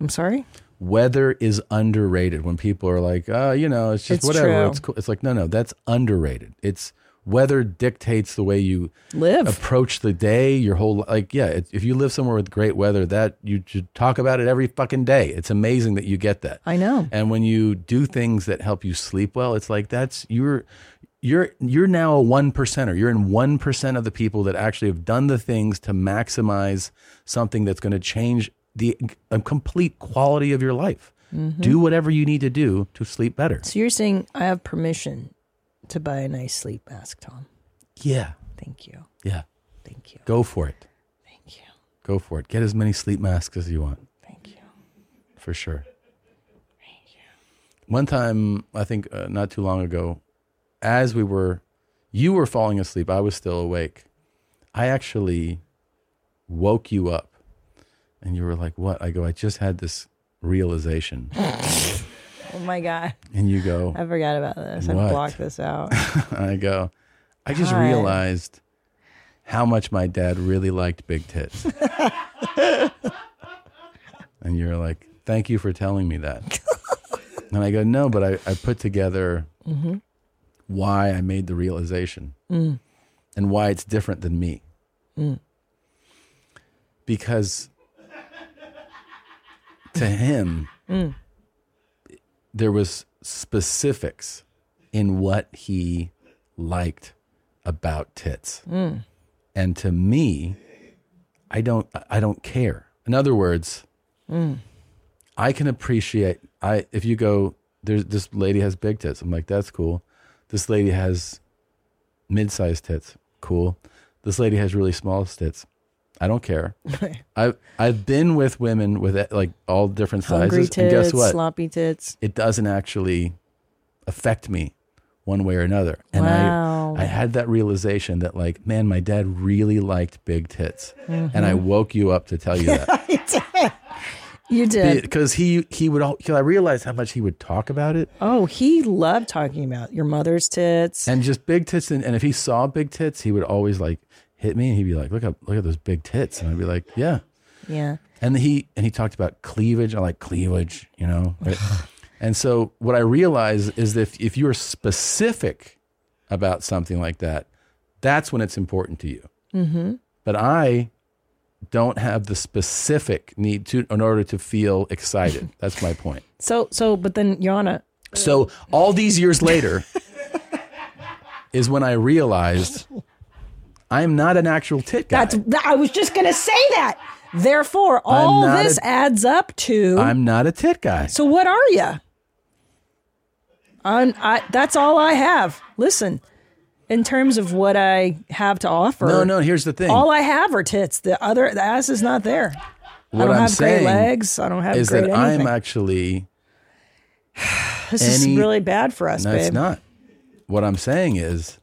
I'm sorry.
weather is underrated when people are like, oh, you know, it's just
It's
whatever.
true.
It's cool. It's like, no, no, that's underrated. It's weather dictates the way you
Live.
approach the day, your whole li- like, yeah. It, if you live somewhere with great weather, that you should talk about it every fucking day. It's amazing that you get that.
I know.
And when you do things that help you sleep well, it's like that's you're you're you're now a one percenter. You're in one percent of the people that actually have done the things to maximize something that's going to change the uh, complete quality of your life.
Mm-hmm.
Do whatever you need to do to sleep better.
So you're saying I have permission to buy a nice sleep mask, Tom.
Yeah,
Thank you.
yeah.
Thank you.
Go for it.
Thank you.
Go for it. Get as many sleep masks as you want.
Thank you.
for sure. One time, I think uh, not too long ago, as we were, you were falling asleep, I was still awake. I actually woke you up and you were like, What? I go, I just had this realization.
Oh my god.
And you go,
I forgot about this.
What?
I blocked this out.
[laughs] I go, I just
God.
realized how much my dad really liked big tits. and you're like, thank you for telling me that. and I go, no, but I, I put together why I made the realization and why it's different than me. Because to him, there was
Mm.
specifics in what he liked about tits. And to me, I don't I don't care. In other words,
Mm.
I can appreciate I if you go there's this lady has big tits. I'm like, that's cool. This lady has mid-sized tits. Cool. This lady has really small tits. I don't
[laughs]
care. I I've been with women with like all different
Hungry
sizes
tits,
and guess what?
sloppy [laughs] tits.
it doesn't actually affect me one way or another. And
Wow.
I I had that realization that like, man, my dad really liked big tits. And
Mm-hmm.
I woke you up to tell you
[laughs]
that.
You did.
Because he he would all cause I realized how much he would talk about it.
Oh, he loved talking about your mother's tits.
And just big tits and, and if he saw big tits, he would always like hit me and he'd be like, Look up look at those big tits. And I'd be like, Yeah.
yeah.
And he and he talked about cleavage. I like cleavage, you
[sighs]
know. right? and so what I realize is that if, if you're specific about something like that, that's when it's important to you.
Mm-hmm.
But I don't have the specific need to in order to feel
[laughs]
excited. That's my point.
So so but then Yana,
So all these years
[laughs]
later is when I realized I'm not an actual tit guy.
that's th- I was just gonna say that. Therefore, all
not
this
a-
adds up to
I'm not a tit guy.
So what are you? I'm, I, that's all I have. Listen, in terms of what I have to offer,
No, no, here's the thing.
all I have are tits. The other, the ass is not there.
what
I don't
am
have
saying
great legs. I don't have
is
great
that
anything.
I'm actually
this is
any-
really bad for us,
No,
babe.
it's not. What I'm saying is,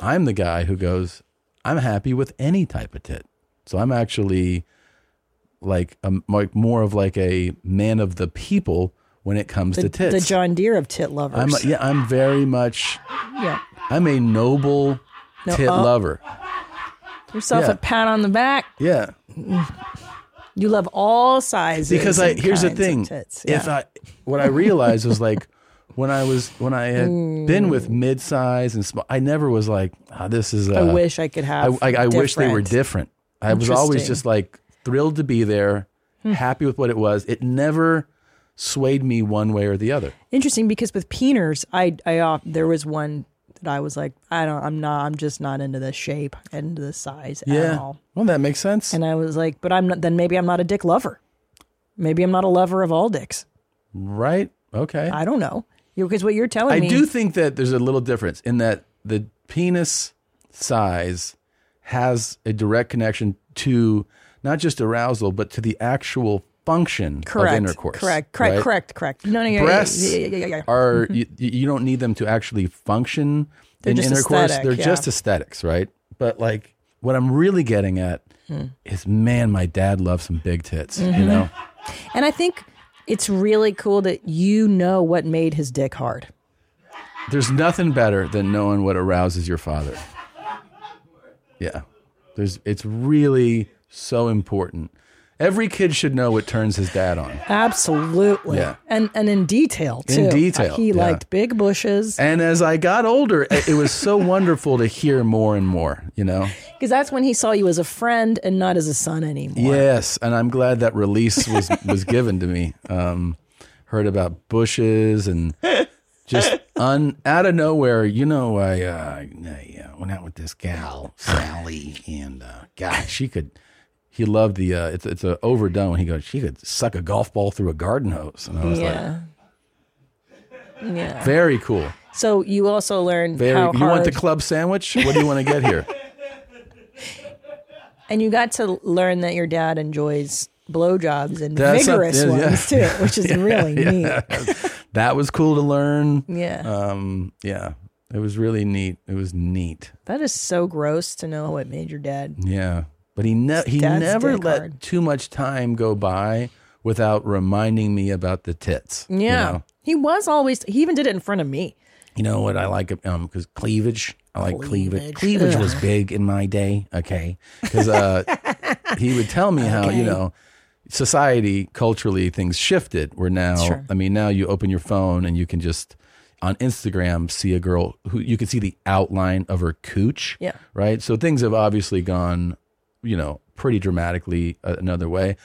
I'm the guy who goes, I'm happy with any type of tit. So I'm actually like a, like more of like a man of the people when it comes
the,
to tits.
the John Deere of tit lovers.
I'm yeah, I'm very much
yeah.
I'm a noble
No,
tit
oh.
lover.
Give yourself
yeah.
a pat on the back.
Yeah.
You love all sizes.
Because I
and
here's the
kinds of
thing.
Tits.
If I what I realized was
[laughs]
like when I was when I had been with
Mm.
mid size and small I never was like, ah, this is
I
uh,
wish I could
I,
have.
I, I wish they were
different.
different. I was always
Interesting. Hmm.
just like thrilled to be there, happy with what it was. It never swayed me one way or the other.
Interesting because with peeners, I I off there was one that I was like, I don't, I'm not, I'm just not into the shape and the size at all.
Well, that makes sense.
And I was like, but I'm not. Then maybe I'm not a dick lover. Maybe I'm not a lover of all dicks.
right? Okay. I,
I don't know. Because what you're telling me,
do think that there's a little difference in that the penis size has a direct connection to not just arousal, but to the actual function
correct,
of intercourse.
correct, correct,
right?
correct, correct. No, no, yeah, yeah,
breasts
yeah, yeah, yeah, yeah.
are you, you don't need them to actually function in
just
intercourse.
aesthetic,
They're
yeah.
just aesthetics, right? But like what I'm really getting at
Hmm.
is, man, my dad loves some big tits.
Mm-hmm.
You know,
And I think it's really cool that you know what made his dick hard.
there's nothing better than knowing what arouses your father. Yeah, there's. It's really so important. Every kid should know what turns his dad on.
Absolutely.
Yeah.
And and in detail too.
In detail,
He
yeah.
liked big bushes.
And as I got older, it it was so wonderful to hear more and more. You know.
Because that's when he saw you as a friend and not as a son anymore.
Yes, and I'm glad that release was was given to me. Um, heard about bushes and just un out of nowhere. You know, I uh, I uh, went out with this gal Sally, and uh, God, she could. He loved the. Uh, it's it's uh, overdone when he goes. She could suck a golf ball through a garden hose, and I was like,
Yeah. Yeah.
very cool.
So you also learned
Very.
how hard,
you want the club sandwich? What do you want to get
[laughs]
here?
and you got to learn that your dad enjoys blowjobs and
That's some-
vigorous
yeah, yeah. [laughs]
ones too, which is really neat.
that was cool to learn.
Yeah,
Um. Yeah. It was really neat. It was neat.
that is so gross to know what made your dad.
Yeah, but he ne- he
Dad's
never
dick
let
hard.
too much time go by without reminding me about the tits. you
Yeah,
know?
he was always. He even did it in front of me.
you know what I like um because cleavage. I like cleavage.
Cleavage.
Cleavage was big in my day. Okay, because
[laughs]
uh, he would tell me how you know society culturally things shifted. Where now,
Sure.
I mean, now you open your phone and you can just on Instagram see a girl who you can see the outline of her cooch.
Yeah.
Right. So things have obviously gone, you know, pretty dramatically uh, another way.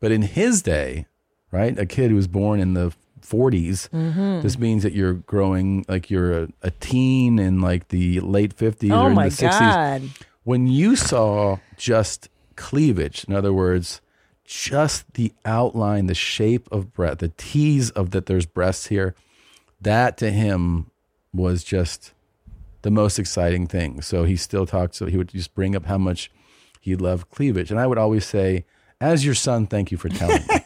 But in his day, right, a kid who was born in the 40s,
Mm-hmm.
this means that you're growing like you're a, a teen in like the late 50s
Oh
or in
my
the 60s.
god!
when you saw just cleavage, in other words, just the outline, the shape of breast, the tease of that there's breasts here, that to him was just the most exciting thing. So he still talks, so he would just bring up how much he loved cleavage. And I would always say, as your son, thank you for telling
[laughs]
me.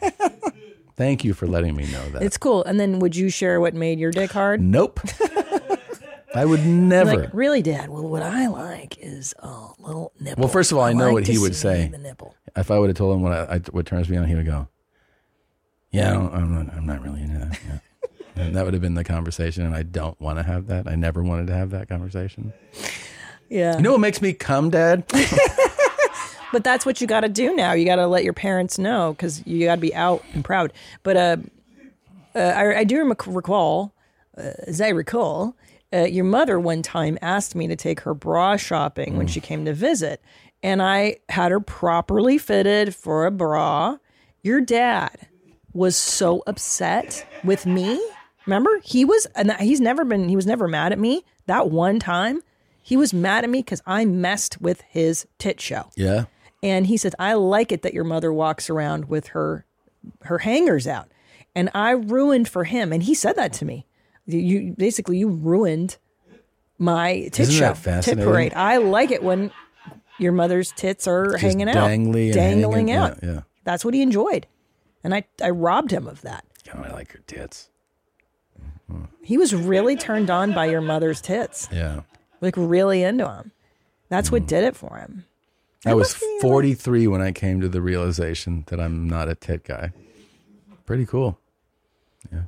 thank you for letting me know that.
It's cool. And then would you share what made your dick hard? [laughs]
nope. I would never.
Like, really, Dad? Well, what I like is a little nipple.
Well, first of all, I know
like
what
to
he would
see
say.
The nipple.
if I would have told him what I, I, what turns me on, he would go, "Yeah, I don't, I'm not, I'm not really into that." [laughs] Yeah. and that would have been the conversation, and I don't want to have that. I never wanted to have that conversation.
Yeah.
You know what makes me come,
[laughs]
Dad?
But that's what you got to do now. You got to let your parents know because you got to be out and proud. But uh, uh, I, I do rec- recall, uh, as I recall, uh, your mother one time asked me to take her bra shopping when she came to visit, and I had her properly fitted for a bra. Your dad was so upset with me. Remember, he was, and he's never been. He was never mad at me. That one time, he was mad at me because I messed with his tit show
yeah,
and he says i like it that your mother walks around with her her hangers out and i ruined for him and he said that to me you, you- basically you ruined my tit
Isn't
show
that
tit
fascinating?
parade i like it when your mother's tits are
Just
hanging out
dangly, and hanging-
dangling out
Yeah, yeah.
that's what he enjoyed and i i robbed him of that
God, I like your tits.
he was really turned on by your mother's tits
Yeah,
like really into him that's
Hmm.
what did it for him
I was 43 when I came to the realization that I'm not a tit guy. Pretty cool.
you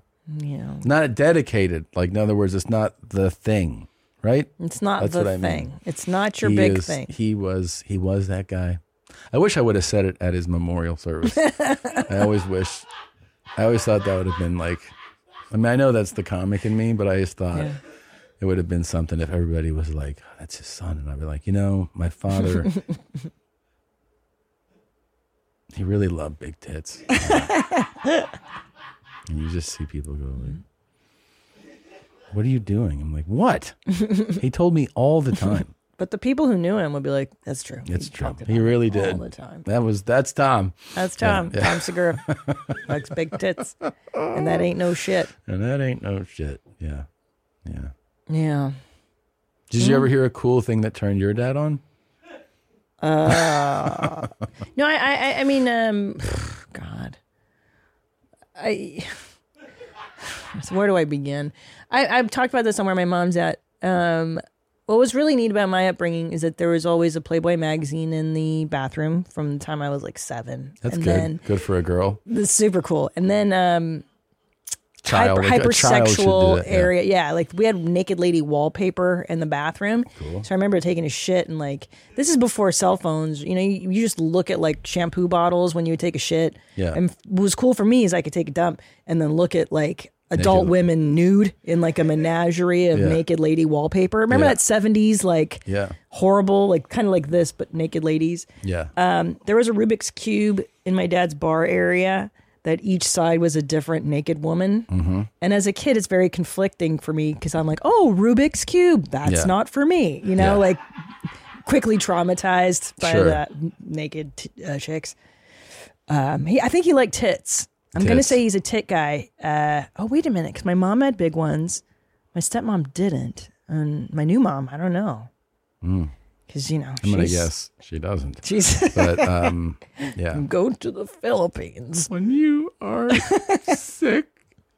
know
Not dedicated. Like in other words, it's not the thing, right?
it's not
That's
the
what I mean.
thing it's not your
He
big
is-
thing
He was he was that guy. I wish I would have said it at his memorial
[laughs]
service. I always wish. I always thought that would have been like. I mean, I know that's the comic in me, but I just thought it would have been something if everybody was like, "Oh, "That's his son," and I'd be like, "You know, my
[laughs]
father." he really loved big
[laughs]
tits. and you just see people go like. What are you doing? I'm like,
[laughs]
what? he told me all the time.
But the people who knew him would be like, "That's true.
It's
He
true.
talked
He
about
really
it all
did.
the time.
That was that's Tom.
That's Tom. Tom Segura
[laughs]
likes big tits, and that ain't no shit."
And that ain't no shit. Yeah. Yeah.
Yeah.
Did you
Mm.
ever hear a cool thing that turned your dad on?
No, I, I, I- I mean, um, God, I. [sighs] So where do I begin? I, I've talked about this on where my mom's at. Um, what was really neat about my upbringing is that there was always a Playboy magazine in the bathroom from the time I was like seven.
That's
and
good.
Then,
good for a girl.
that's super cool. And then um,
Child.
hyper,
like, a child should do
hypersexual
that, yeah.
area. Yeah. like we had naked lady wallpaper in the bathroom. So I remember taking a shit and like this is before cell phones. You know, you, you just look at like shampoo bottles when you would take a shit.
Yeah.
And what was cool for me is I could take a dump and then look at like adult
Naked-
women nude in like a menagerie of
Yeah.
naked lady wallpaper. Remember
Yeah.
that seventies like
Yeah.
horrible like kind of like this but naked ladies.
Yeah.
Um, there was a Rubik's cube in my dad's bar area that each side was a different naked woman.
Mm-hmm.
And as a kid, it's very conflicting for me because I'm like, oh, Rubik's cube, that's
Yeah.
not for me. You know,
Yeah.
like quickly traumatized by
Sure.
that naked t- uh, chicks. Um, he, I think he liked tits. I'm going to
Tits.
say he's a tit guy. Uh, oh, wait a minute, because my mom had big ones. My stepmom didn't. And my new mom, I don't know. Because, you know,
Mm. I'm gonna
she's,
guess she doesn't.
she's
But um
[laughs]
yeah.
go to the Philippines.
When you
[laughs]
are sick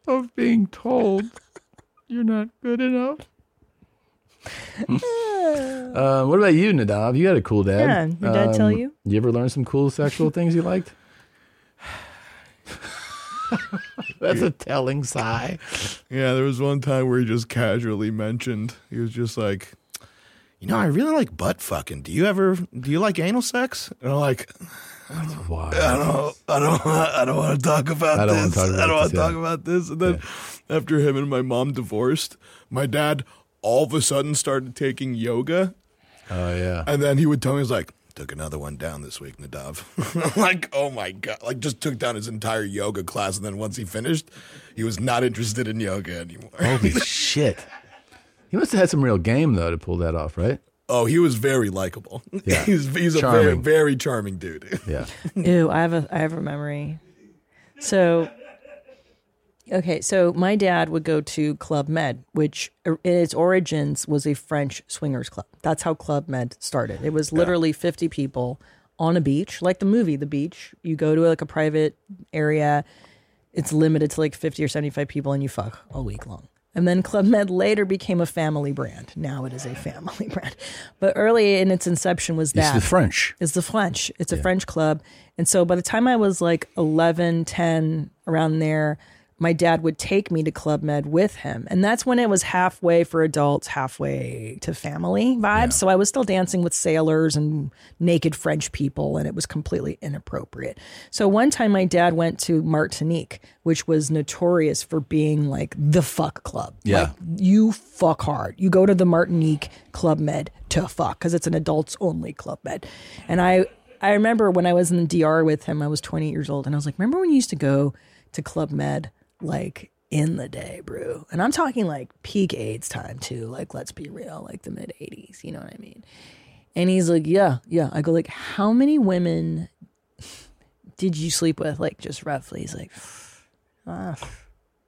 of being told you're not good
[laughs]
enough. uh, what about you, Nadav? You had a cool dad. Um,
Yeah, your dad tell you?
You ever learn some cool
[laughs]
sexual things you liked? That's a telling sigh.
Yeah, there was one time where he just casually mentioned he was just like, you know, I really like butt fucking. Do you ever? Do you like anal sex? And I'm like,
Wow.
[laughs]
I don't, I don't, I don't want to talk about
I don't wanna
this.
talk
I
about
don't want
this,
to
yeah.
talk about this. And then after him and my mom divorced, my dad all of a sudden started taking yoga,
Oh yeah.
and then he would tell me he's like. Took another one down this week, Nadav. [laughs] like, oh my god! Like, just took down his entire yoga class, and then once he finished, he was not interested in yoga anymore. [laughs]
Holy shit. You must have had some real game though to pull that off, right?
Oh, he was very likable.
Yeah.
[laughs] he's he's a very
Charming.
very charming dude. [laughs]
Yeah.
Ew, I have a I have a memory. So okay, so my dad would go to Club Med, which in its origins was a French swingers club. That's how Club Med started. It was literally 50 people on a beach, like the movie The Beach. You go to like a private area. It's limited to like 50 or 75 people and you fuck all week long. And then Club Med later became a family brand. Now it is a family [laughs] brand. But early in its inception was
It's
that
the French.
it's the French. It's a French club. And so by the time I was like 11, 10, around there, my dad would take me to Club Med with him. And that's when it was halfway for adults, halfway to family vibes. So I was still dancing with sailors and naked French people, and it was completely inappropriate. So one time my dad went to Martinique, which was notorious for being like the fuck club.
Yeah.
Like, you fuck hard. You go to the Martinique Club Med to fuck because it's an adults only Club Med. And I, I remember when I was in the DR with him, I was 28 years old, and I was like, remember when you used to go to Club Med like in the day, bro? And I'm talking like peak AIDS time too. Like, let's be real, like the mid 80s. You know what I mean? And he's like, yeah, yeah. I go like, how many women did you sleep with? Like just roughly. He's like, ah,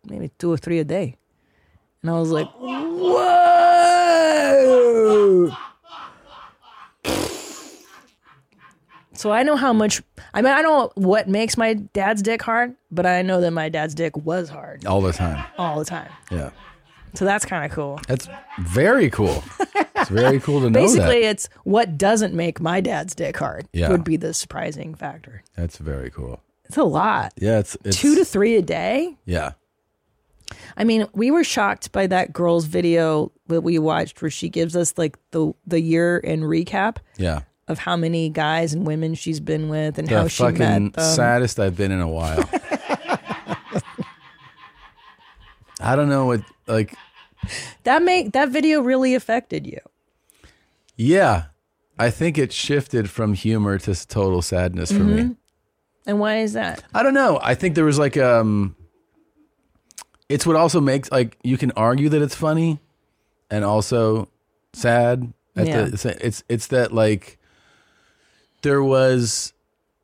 maybe two or three a day. And I was like, whoa. So I know how much, I mean, I don't know what makes my dad's dick hard, but I know that my dad's dick was hard
All the time.
all the time.
Yeah.
So that's kind of cool.
That's very cool. It's very cool
[laughs]
to know
Basically,
that.
it's what doesn't make my dad's dick hard
Yeah.
would be the surprising factor.
That's very cool.
It's a lot.
Yeah, it's, it's
Two to three a day.
yeah.
I mean, we were shocked by that girl's video that we watched where she gives us like the the year in recap.
Yeah.
of how many guys and women she's been with and
The
how she
fucking
met them.
saddest I've been in a while.
[laughs]
I don't know what like
That make that video really affected you.
yeah. I think it shifted from humor to s- total sadness for
Mm-hmm.
me.
And why is that?
I don't know. I think there was like um it's what also makes like you can argue that it's funny and also sad at
Yeah.
the sa- it's it's that like there was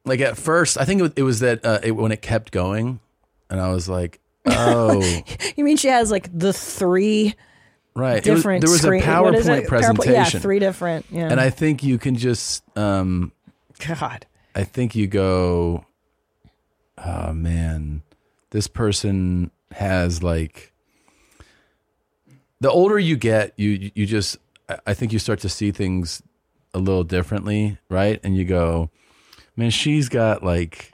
like at first I think it was, it was that uh, it, when it kept going and I was like
[laughs]
oh
You mean she has like the three
right It was-
different
there was
screen,
a
what is
PowerPoint
it?
presentation
Yeah, three different. Yeah.
and I think you can just um
God.
I think you go, oh man, this person has like. The older you get, you you just I- I think you start to see things a little differently, right? And you go, man, she's got like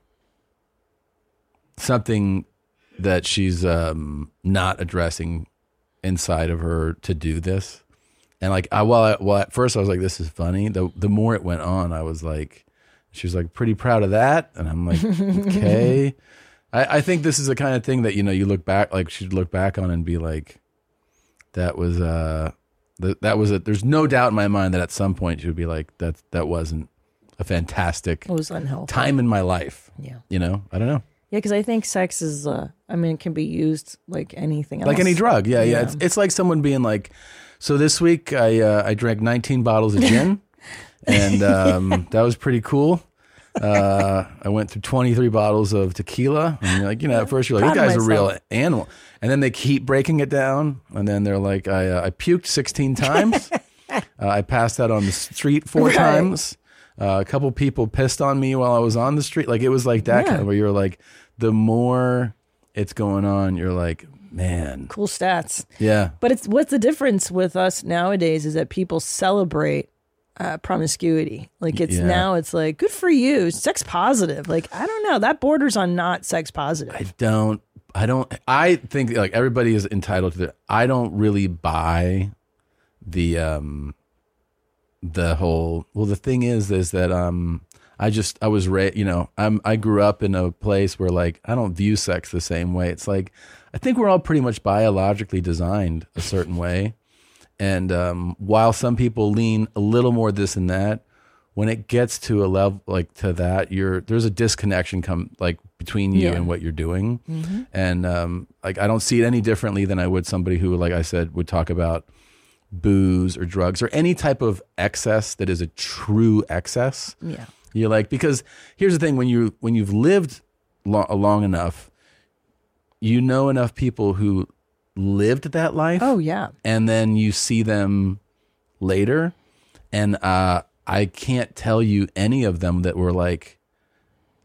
something that she's um, not addressing inside of her to do this. And like I while, I while at first I was like, this is funny. The the more it went on, I was like, she was like pretty proud of that, and I'm like, okay. I, I think this is the kind of thing that you know you look back like she'd look back on and be like, that was uh th- that was a there's no doubt in my mind that at some point she would be like that that wasn't a fantastic
It was unhealthy.
time in my life.
Yeah.
You know, I don't know.
Yeah, because I think sex is uh I mean it can be used like anything else.
like any drug. Yeah, yeah.
Yeah.
It's, it's like someone being like, so this week I uh, I drank 19 bottles of
[laughs]
gin, and um, that was pretty cool. Uh, I went through 23 bottles of tequila, and you're like you know at first you're like this
Proud of
guy's a real
myself.
animal, and then they keep breaking it down, and then they're like I uh, I puked
[laughs]
16 times, uh, I passed out on the street four
Right.
times. Uh, a couple people pissed on me while I was on the street. Like it was like that
Yeah.
kind of where you're like, the more it's going on, you're like, man,
Cool stats.
yeah.
But it's what's the difference with us nowadays is that people celebrate uh, promiscuity. Like it's
Yeah.
now it's like good for you, sex positive. Like I don't know, that borders on not sex positive.
I don't I don't I think like everybody is entitled to their I don't really buy the um the whole well the thing is is that um I just I was ra- you know I'm I grew up in a place where like I don't view sex the same way it's like I think we're all pretty much biologically designed a certain way and um while some people lean a little more this and that when it gets to a level like to that you're there's a disconnection come like between you
Yeah. Mm-hmm.
and what you're doing and um like I don't see it any differently than I would somebody who like I said would talk about booze or drugs or any type of excess that is a true excess.
Yeah.
You're like because here's the thing when you when you've lived lo- long enough, you know enough people who lived that life
Oh yeah.
and then you see them later and uh i can't tell you any of them that were like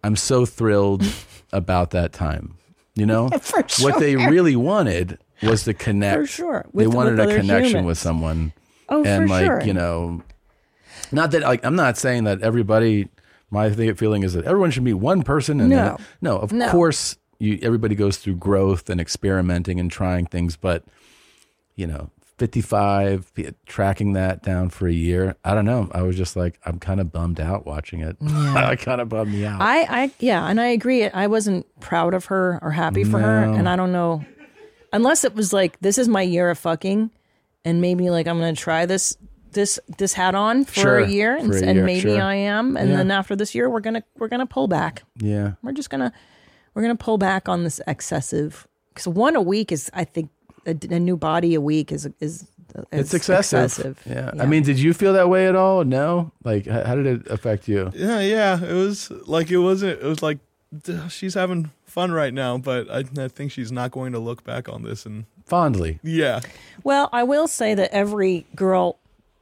i'm so
[laughs]
thrilled about that time you know
For
what they
sure.
really wanted was to connect
sure.
they
With-
wanted
with
a
other
connection with
humans.
someone
Oh,
and
for
like
sure.
you know not that like i'm not saying that everybody my thi- feeling is that everyone should meet one person and
No.
then- no of
No.
course you everybody goes through growth and experimenting and trying things but you know 55 p- tracking that down for a year i don't know i was just like i'm kind of bummed out watching [laughs] it i kind of bummed me out
I, I yeah, and I agree. I wasn't proud of her or happy for her,
No.
and I don't know, unless it was like this is my year of fucking, and maybe like I'm gonna try this this this hat on for
Sure,
a year, and,
for a
and
year,
maybe
sure.
I am, and
Yeah.
then after this year we're gonna we're gonna pull back.
yeah
We're just gonna we're gonna pull back on this excessive because one a week is I think a, a new body a week is is
it's
is
excessive. Yeah. I mean, did you feel that way at all? No. Like, h- how did it affect you?
Yeah, yeah. It was like it wasn't. It was like "Duh, she's having fun right now, but I, I think she's not going to look back on this and
Fondly.
yeah.
Well, I will say that every girl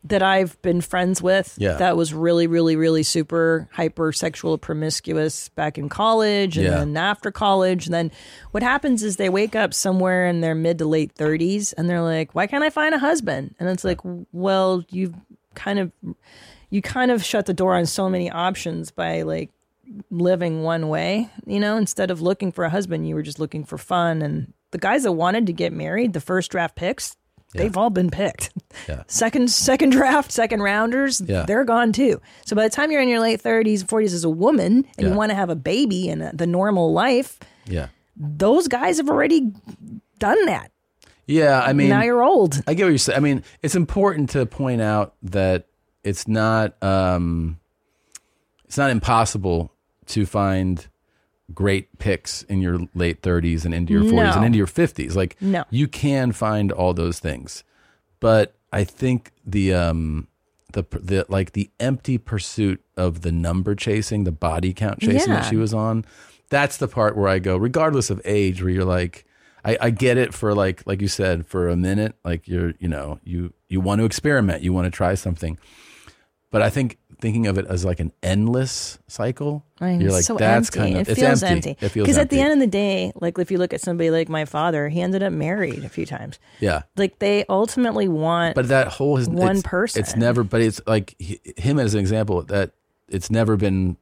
that I've been friends with
Yeah.
that was really, really, really super hypersexual, promiscuous back in college and
Yeah.
then after college. And then what happens is they wake up somewhere in their mid to late 30s and they're like, why can't I find a husband? And it's like, well, you've kind of, you kind of shut the door on so many options by like, living one way, you know, instead of looking for a husband, you were just looking for fun. And the guys that wanted to get married, the first draft picks, they've all been picked. [laughs]
Yeah.
Second second draft, second rounders,
Yeah.
they're gone too. So by the time you're in your late 30s, 40s as a woman and
Yeah.
you want to have a baby and a, the normal life,
Yeah.
those guys have already done that.
Yeah. I mean,
now you're old.
I get what you're saying. I mean, it's important to point out that it's not um, it's not impossible to find great picks in your late 30s and into your 40s and
No.
into your 50s. Like,
No.
you can find all those things, but I think the um, the the like the empty pursuit of the number chasing, the body count chasing that
Yeah.
she was on. That's the part where I go, regardless of age, where you're like, I, I get it for like like you said for a minute, like you're you know you you want to experiment, you want to try something, but I think thinking of it as like an endless cycle,
I mean,
you're
it's
like
so
that's
empty.
kind of
it
it's
feels
empty.
empty.
It feels
at
empty.
the end of the day, like if you look at somebody like my father, he ended up married a few times.
yeah.
Like they ultimately want
But that whole has
one
it's,
person.
It's never, but it's like h- him as an example that it's never been.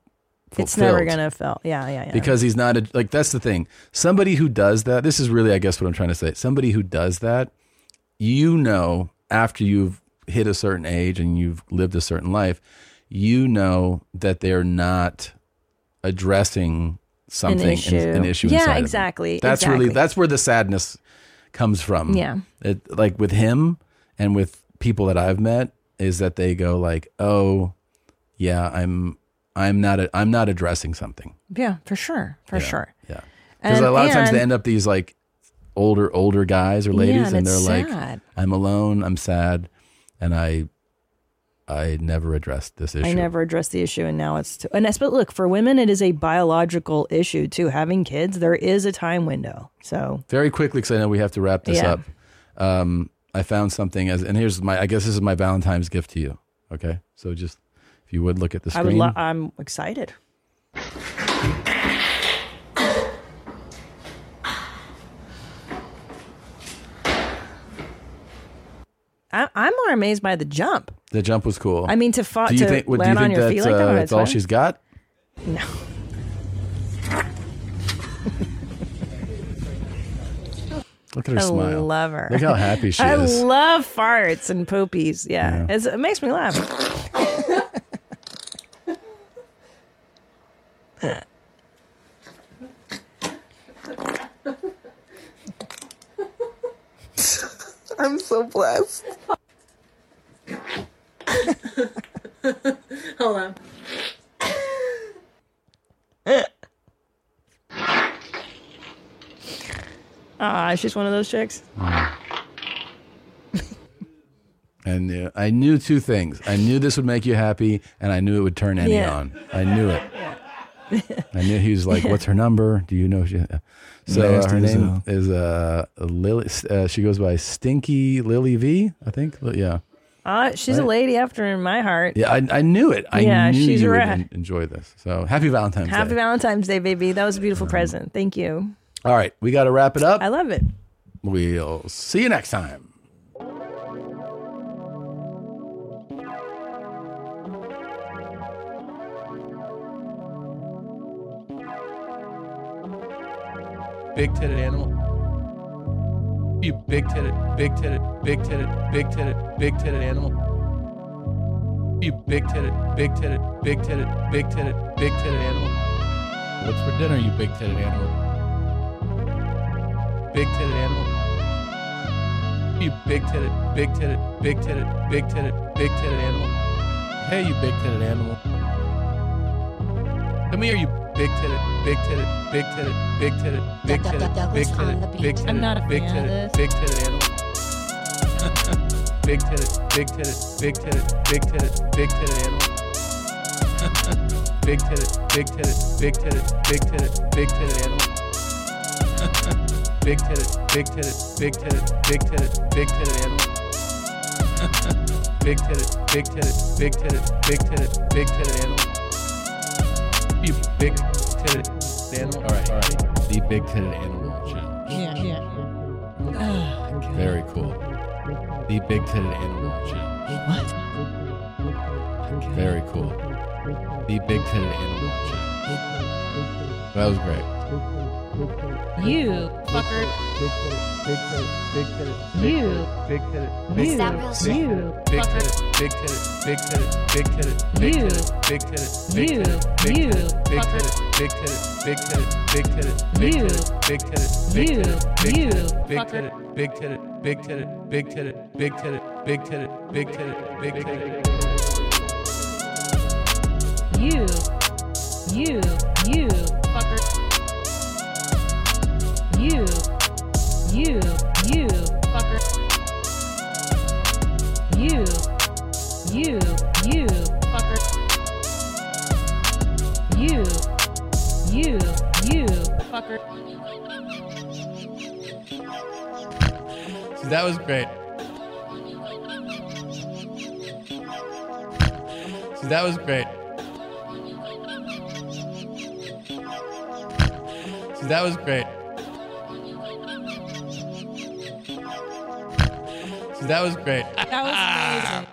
Fulfilled.
It's never gonna fail. Yeah, yeah, yeah.
because he's not a, like that's the thing. Somebody who does that. This is really, I guess, what I'm trying to say. Somebody who does that, you know, after you've hit a certain age and you've lived a certain life, you know that they're not addressing something in-
issue.
an issue
Yeah,
inside of them.
exactly,
that's really
exactly.
that's where the sadness comes from
Yeah.
it, like with him and with people that i've met is that they go like oh yeah i'm i'm not a, i'm not addressing something
yeah, for sure, for sure.
yeah because a lot of times they end up these like older older guys or ladies
and
and, they're
it's
like
sad.
i'm alone i'm sad and i i never addressed this issue
I never addressed the issue, and now it's too, and I but look for women, it is a biological issue too. Having kids, there is a time window. So
very quickly because I know we have to wrap this
Yeah.
up. Um, I found something as, and here's my, I guess this is my Valentine's gift to you. Okay, so just if you would look at the
I
screen,
would. Lo- I'm excited. I, I'm more amazed by the jump.
the jump was cool.
I mean, to fa-
do you
to
think? What, do you
land on
think
your
that's,
feet like that.
uh,
when
that's
it's
all
running?
she's got?
No.
[laughs] Look at her
I
smile.
love her.
Look how happy she
[laughs] I
is.
love farts and poopies. Yeah, It's, it makes me laugh.
I'm so blessed.
Hold on.
Ah, she's one of those chicks.
I knew. uh, I knew two things. I knew this would make you happy, and I knew it would turn Annie
Yeah.
on. I knew it. I knew he was
[laughs]
like, "What's her number? Do you know?" She? So uh,
Nasty
her
as
name
hell.
is uh, Lily. Uh, she goes by Stinky Lily V. I think. Yeah,
Uh, she's a lady after my heart.
yeah. I, I knew it. I
Yeah,
knew
she's
you would
rad.
en- enjoy this. So happy Valentine's
Happy
Day.
Valentine's Day, baby. That was a beautiful present. Thank you.
All right, we got to wrap it up.
I love it.
We'll see you next time. Big titted animal. You big titted, big titted, big titted, big titted, big titted animal. You big titted, big titted, big titted, big titted, big titted animal. What's for dinner, you big titted animal? big titted animal. You big titted, big titted, big titted, big titted, big titted animal. Hey, you big titted animal. Come here, you big titted, big titted, big titted, big titted, big titted, big titted, big
I'm not a
titted, big
fan of
titted, big titted animal. [laughs] Big titted, big titted, big titted, big titted, big titted animal. [laughs] Big titted, big titted, big titted, big titted, big titted animal. [laughs] Big titted, big titted, big titted, big titted, big titted animal. big titted, big titted, big titted, big titted, big titted animal. You big titted animal. All right, all right. The big titted animal challenge.
Yeah, yeah.
Very cool. The big titted animal challenge. What? Very cool. The big titted animal challenge. That was great.
You fucker. You. Is that real shit? You.
Big
Fucker.
titted, big titted, big titted, big titted, big
You.
titted, big titted, big
You.
titted, big
You.
titted, big
Fucker.
titted, big titted, big titted, big titted, big titted, big
You.
titted, big
You.
titted, big titted, big titted, big titted, big
You. Fucker.
titted, big titted, big titted, big titted, big titted, big titted.
You. You. You. Fucker. You. You. You. Fucker. You. You. You. Fucker. You. You. You. Fucker.
So that was great. [laughs] So that was great. [laughs] So that was great. [laughs] So that was great.
That was amazing.